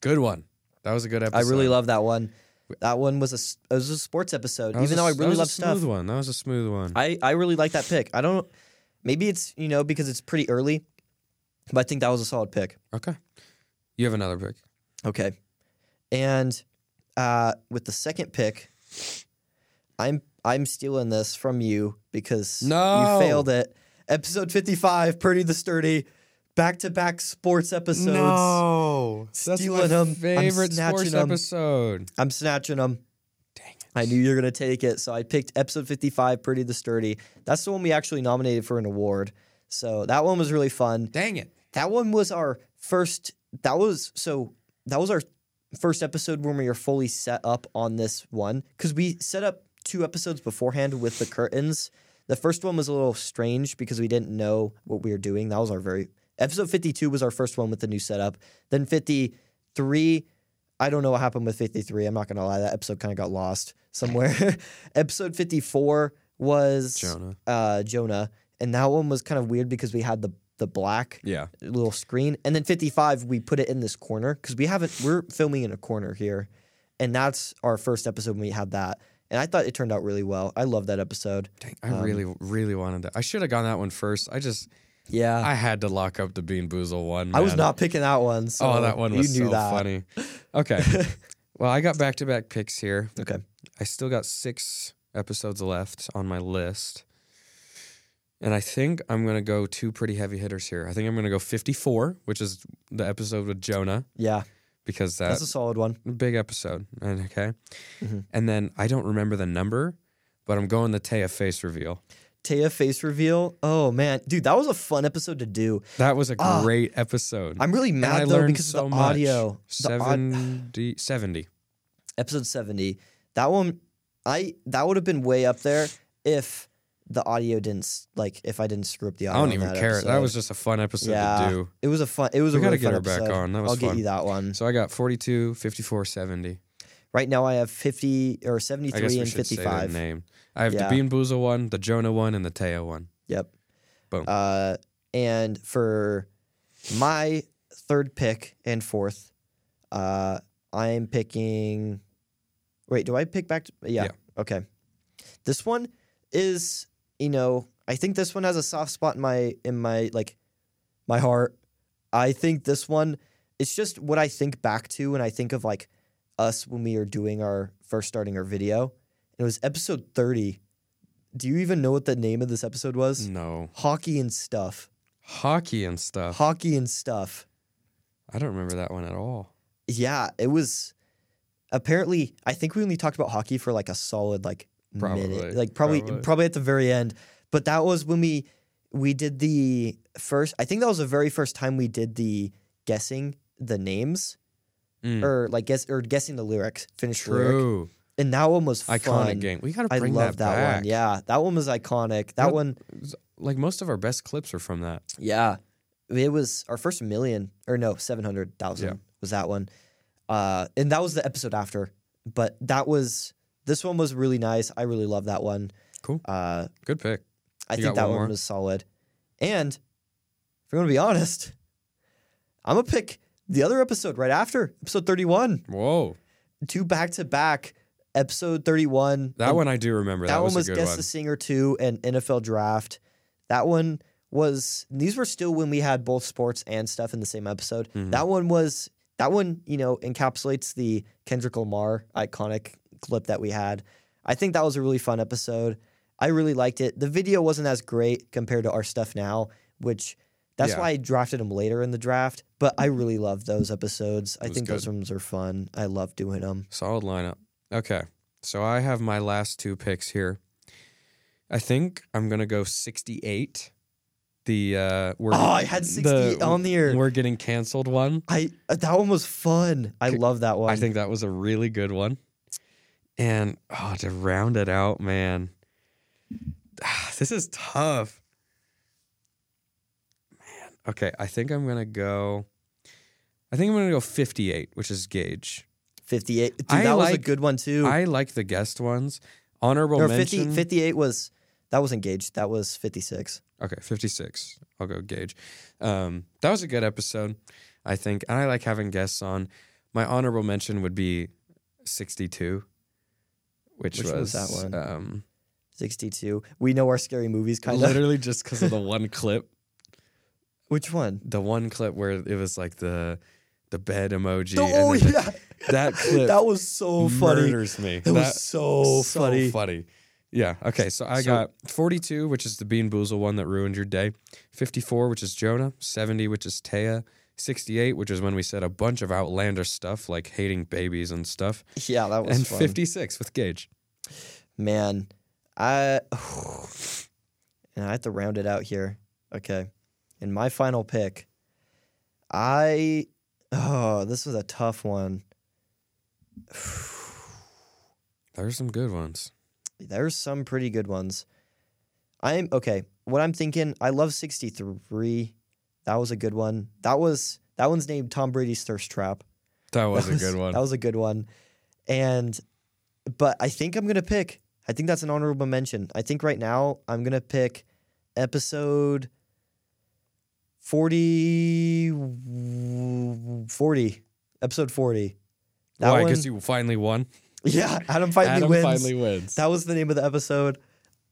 Speaker 1: Good one. That was a good episode.
Speaker 2: I really love that one. That one was a s- it was a sports episode.
Speaker 1: That was
Speaker 2: Even
Speaker 1: a-
Speaker 2: though I
Speaker 1: that
Speaker 2: really
Speaker 1: was
Speaker 2: love
Speaker 1: a smooth
Speaker 2: stuff,
Speaker 1: one. That was a smooth one.
Speaker 2: I I really like that pick. I don't. Maybe it's you know because it's pretty early, but I think that was a solid pick.
Speaker 1: okay. You have another pick.
Speaker 2: Okay, and uh, with the second pick, I'm I'm stealing this from you because
Speaker 1: No.
Speaker 2: you failed it. Episode fifty five, Purdy the Sturdy, back to back sports episodes.
Speaker 1: no, that's my
Speaker 2: Stealing 'em. I'm
Speaker 1: favorite sports
Speaker 2: snatching 'em.
Speaker 1: episode.
Speaker 2: I'm snatching them.
Speaker 1: Dang it!
Speaker 2: I knew you were going to take it. So I picked episode 55, Pretty the Sturdy. That's the one we actually nominated for an award. So that one was really fun.
Speaker 1: Dang it!
Speaker 2: That one was our first, that was, so that was our first episode when we were fully set up on this one because we set up two episodes beforehand with the curtains. The first one was a little strange because we didn't know what we were doing. That was our very, episode 52 was our first one with the new setup. Then 53, I don't know what happened with 53. I'm not going to lie. That episode kind of got lost somewhere. (laughs) episode 54 was
Speaker 1: Jonah.
Speaker 2: Uh, Jonah. And that one was kind of weird because we had the, the black
Speaker 1: Yeah,
Speaker 2: little screen. And then 55, we put it in this corner because we haven't, we're filming in a corner here. And that's our first episode when we had that. And I thought it turned out really well. I love that episode.
Speaker 1: Dang, I
Speaker 2: Um,
Speaker 1: really, really wanted that. I should have gone that one first. I just,
Speaker 2: Yeah. I,
Speaker 1: I had to lock up the Bean Boozle one.
Speaker 2: Ah. was
Speaker 1: man.
Speaker 2: not picking that one. So
Speaker 1: oh, that one
Speaker 2: you
Speaker 1: was
Speaker 2: knew
Speaker 1: so
Speaker 2: that. (laughs)
Speaker 1: funny. Okay. well, I got back to back picks here.
Speaker 2: Okay.
Speaker 1: I still got six episodes left on my list. And I think I'm going to go two pretty heavy hitters here. I think I'm going to go 54, which is the episode with Jonah,
Speaker 2: Yeah.
Speaker 1: because
Speaker 2: That's a
Speaker 1: that's
Speaker 2: solid one.
Speaker 1: a big episode. And okay.
Speaker 2: Mhm.
Speaker 1: And then I don't remember the number, but I'm going the Taya face reveal.
Speaker 2: Taya face reveal. Oh, man. Dude, that was a fun episode to do.
Speaker 1: That was a
Speaker 2: Ah,
Speaker 1: great episode.
Speaker 2: I'm really
Speaker 1: and I
Speaker 2: mad though
Speaker 1: learned
Speaker 2: because
Speaker 1: so
Speaker 2: of the
Speaker 1: much.
Speaker 2: audio. The au-
Speaker 1: 70, 70.
Speaker 2: episode 70 that one i that would have been way up there if the audio didn't s- like if i didn't screw up the
Speaker 1: I
Speaker 2: audio
Speaker 1: don't
Speaker 2: on
Speaker 1: even
Speaker 2: that
Speaker 1: care. That
Speaker 2: episode.
Speaker 1: was just a fun episode
Speaker 2: Yeah.
Speaker 1: to do.
Speaker 2: it was a fun it was
Speaker 1: We
Speaker 2: a
Speaker 1: gotta
Speaker 2: really
Speaker 1: get
Speaker 2: fun
Speaker 1: her back
Speaker 2: episode.
Speaker 1: on. That was
Speaker 2: i'll
Speaker 1: fun.
Speaker 2: get you that one
Speaker 1: So I got 42, 54, 70.
Speaker 2: right now i have 50 or
Speaker 1: I guess
Speaker 2: 73
Speaker 1: we
Speaker 2: and
Speaker 1: should say
Speaker 2: 55
Speaker 1: the name. I have
Speaker 2: Yeah.
Speaker 1: the Bean Boozle one, the Jonah one, and the Teo one.
Speaker 2: yep
Speaker 1: Boom.
Speaker 2: uh and for my third pick and fourth uh i'm picking wait do i pick back to, yeah.
Speaker 1: Yeah.
Speaker 2: okay this one is you know i think this one has a soft spot in my in my like my heart i think this one it's just what i think back to when i think of like us when we are doing our first starting our video it was episode 30 do you even know what the name of this episode
Speaker 1: Mm.
Speaker 2: was
Speaker 1: No.
Speaker 2: hockey and stuff
Speaker 1: Hockey and stuff.
Speaker 2: hockey and stuff
Speaker 1: I don't remember that one at all.
Speaker 2: yeah it was apparently i think we only talked about hockey for like a solid like
Speaker 1: Probably.
Speaker 2: minute like probably,
Speaker 1: Probably.
Speaker 2: probably at the very end but that was when we we did the first i think that was the very first time we did the guessing the names
Speaker 1: Mm.
Speaker 2: or like guess or guessing the lyrics finished lyric
Speaker 1: True.
Speaker 2: and that one was
Speaker 1: Iconic
Speaker 2: fun.
Speaker 1: game. We got to
Speaker 2: i
Speaker 1: bring
Speaker 2: love that,
Speaker 1: back.
Speaker 2: one yeah that one was iconic that
Speaker 1: What-
Speaker 2: one
Speaker 1: Like most of our best clips are from that.
Speaker 2: Yeah. It was our first million or no, 700,000
Speaker 1: Yeah.
Speaker 2: was that one. Uh, and that was the episode after. But that was, this one was really nice. I really love that one.
Speaker 1: Cool.
Speaker 2: Uh,
Speaker 1: Good pick.
Speaker 2: I
Speaker 1: You got
Speaker 2: think that
Speaker 1: one
Speaker 2: one,
Speaker 1: more?
Speaker 2: was solid. And if you want to be honest, (laughs) I'm going to pick the other episode right after, episode 31.
Speaker 1: Whoa.
Speaker 2: Two back to back, episode 31.
Speaker 1: That
Speaker 2: and
Speaker 1: one I do remember. That,
Speaker 2: Um, that
Speaker 1: was,
Speaker 2: one was
Speaker 1: a good
Speaker 2: Guess
Speaker 1: one.
Speaker 2: the Singer 2 and NFL Draft. That one was these were still when we had both sports and stuff in the same episode.
Speaker 1: Mhm.
Speaker 2: That one was that one, you know, encapsulates the Kendrick Lamar iconic clip that we had. I think that was a really fun episode. I really liked it. The video wasn't as great compared to our stuff now, which that's
Speaker 1: Yeah. Mm-hmm.
Speaker 2: why I drafted them later in the draft, but I really love those episodes. I
Speaker 1: was
Speaker 2: think those
Speaker 1: good.
Speaker 2: ones are fun. I love doing them.
Speaker 1: Solid lineup. Okay. So I have my last two picks here. I think I'm going to go 68 the uh, we're
Speaker 2: Oh, I had 68 on there.
Speaker 1: We're getting canceled one.
Speaker 2: I uh, that one was fun. I
Speaker 1: Okay,
Speaker 2: love that one.
Speaker 1: I think that was a really good one. And oh, to round it out, man, (sighs) this is tough. Man, okay, I think I'm gonna go. I think I'm gonna go 58, which is Gauge.
Speaker 2: 58. Dude,
Speaker 1: I
Speaker 2: that was a
Speaker 1: like-
Speaker 2: good one too.
Speaker 1: I like the guest ones. Honorable
Speaker 2: no, 50,
Speaker 1: mention.
Speaker 2: 58 was that was engaged. That was 56.
Speaker 1: Okay, 56. I'll go Gage. Um, that was a good episode, I think. And I like having guests on. My honorable mention would be 62, which,
Speaker 2: Which
Speaker 1: was
Speaker 2: one's that one?
Speaker 1: Um,
Speaker 2: 62. We know our scary movies kind of.
Speaker 1: literally just because of the one clip.
Speaker 2: Which one?
Speaker 1: The one clip where it was like the the bed emoji.
Speaker 2: The-
Speaker 1: and
Speaker 2: oh
Speaker 1: then
Speaker 2: yeah.
Speaker 1: the-
Speaker 2: (laughs)
Speaker 1: That clip
Speaker 2: that was so funny.
Speaker 1: murders me.
Speaker 2: That, was so, funny.
Speaker 1: Yeah. Okay. So I
Speaker 2: So-
Speaker 1: got 42, which is the Bean Boozle one that ruined your day. 54, which is Jonah. 70, which is Taya. 68, which is when we said a bunch of outlandish stuff like hating babies and stuff.
Speaker 2: Yeah, that was
Speaker 1: and
Speaker 2: fun.
Speaker 1: 56 with Gage.
Speaker 2: Man, I (sighs) and I have to round it out here. Okay. And my final pick, I oh, this was a tough one.
Speaker 1: There's some good ones.
Speaker 2: There's some pretty good ones. I'm okay. What I'm thinking, I love 63. That was a good one. That was that one's named Tom Brady's Thirst Trap.
Speaker 1: That was,
Speaker 2: That
Speaker 1: a good one.
Speaker 2: That was a good one. And but I think I'm gonna pick. I think that's an honorable mention. I think right now I'm gonna pick episode 40 40 episode 40 that
Speaker 1: Why?
Speaker 2: one
Speaker 1: Because you finally won.
Speaker 2: (laughs) yeah adam finally
Speaker 1: Adam
Speaker 2: wins
Speaker 1: finally wins.
Speaker 2: that was the name of the episode.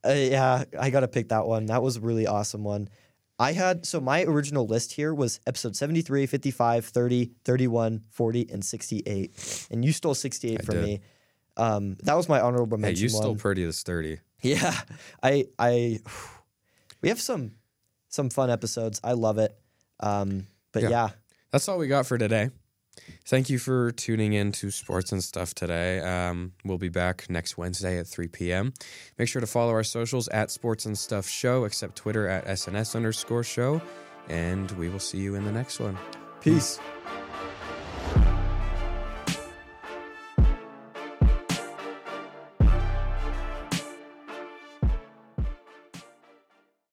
Speaker 2: Uh, yeah, I got to pick that one. That was a really awesome one. I had so my original list here was episode 73, 55, 30, 31, 40 and 68. And you stole 68
Speaker 1: I
Speaker 2: from
Speaker 1: did.
Speaker 2: me. Um, that was my honorable
Speaker 1: hey,
Speaker 2: mention
Speaker 1: you still
Speaker 2: one.
Speaker 1: pretty as 30.
Speaker 2: (laughs) yeah. I I we have some some fun episodes. I love it. Um, but
Speaker 1: Yeah.
Speaker 2: yeah.
Speaker 1: That's all we got for today. Thank you for tuning in to Sports and Stuff today. Um, we'll be back next Wednesday at 3 p.m. Make sure to follow our socials at Sports and Stuff Show, except Twitter at SNS underscore show. And we will see you in the next one.
Speaker 2: Peace.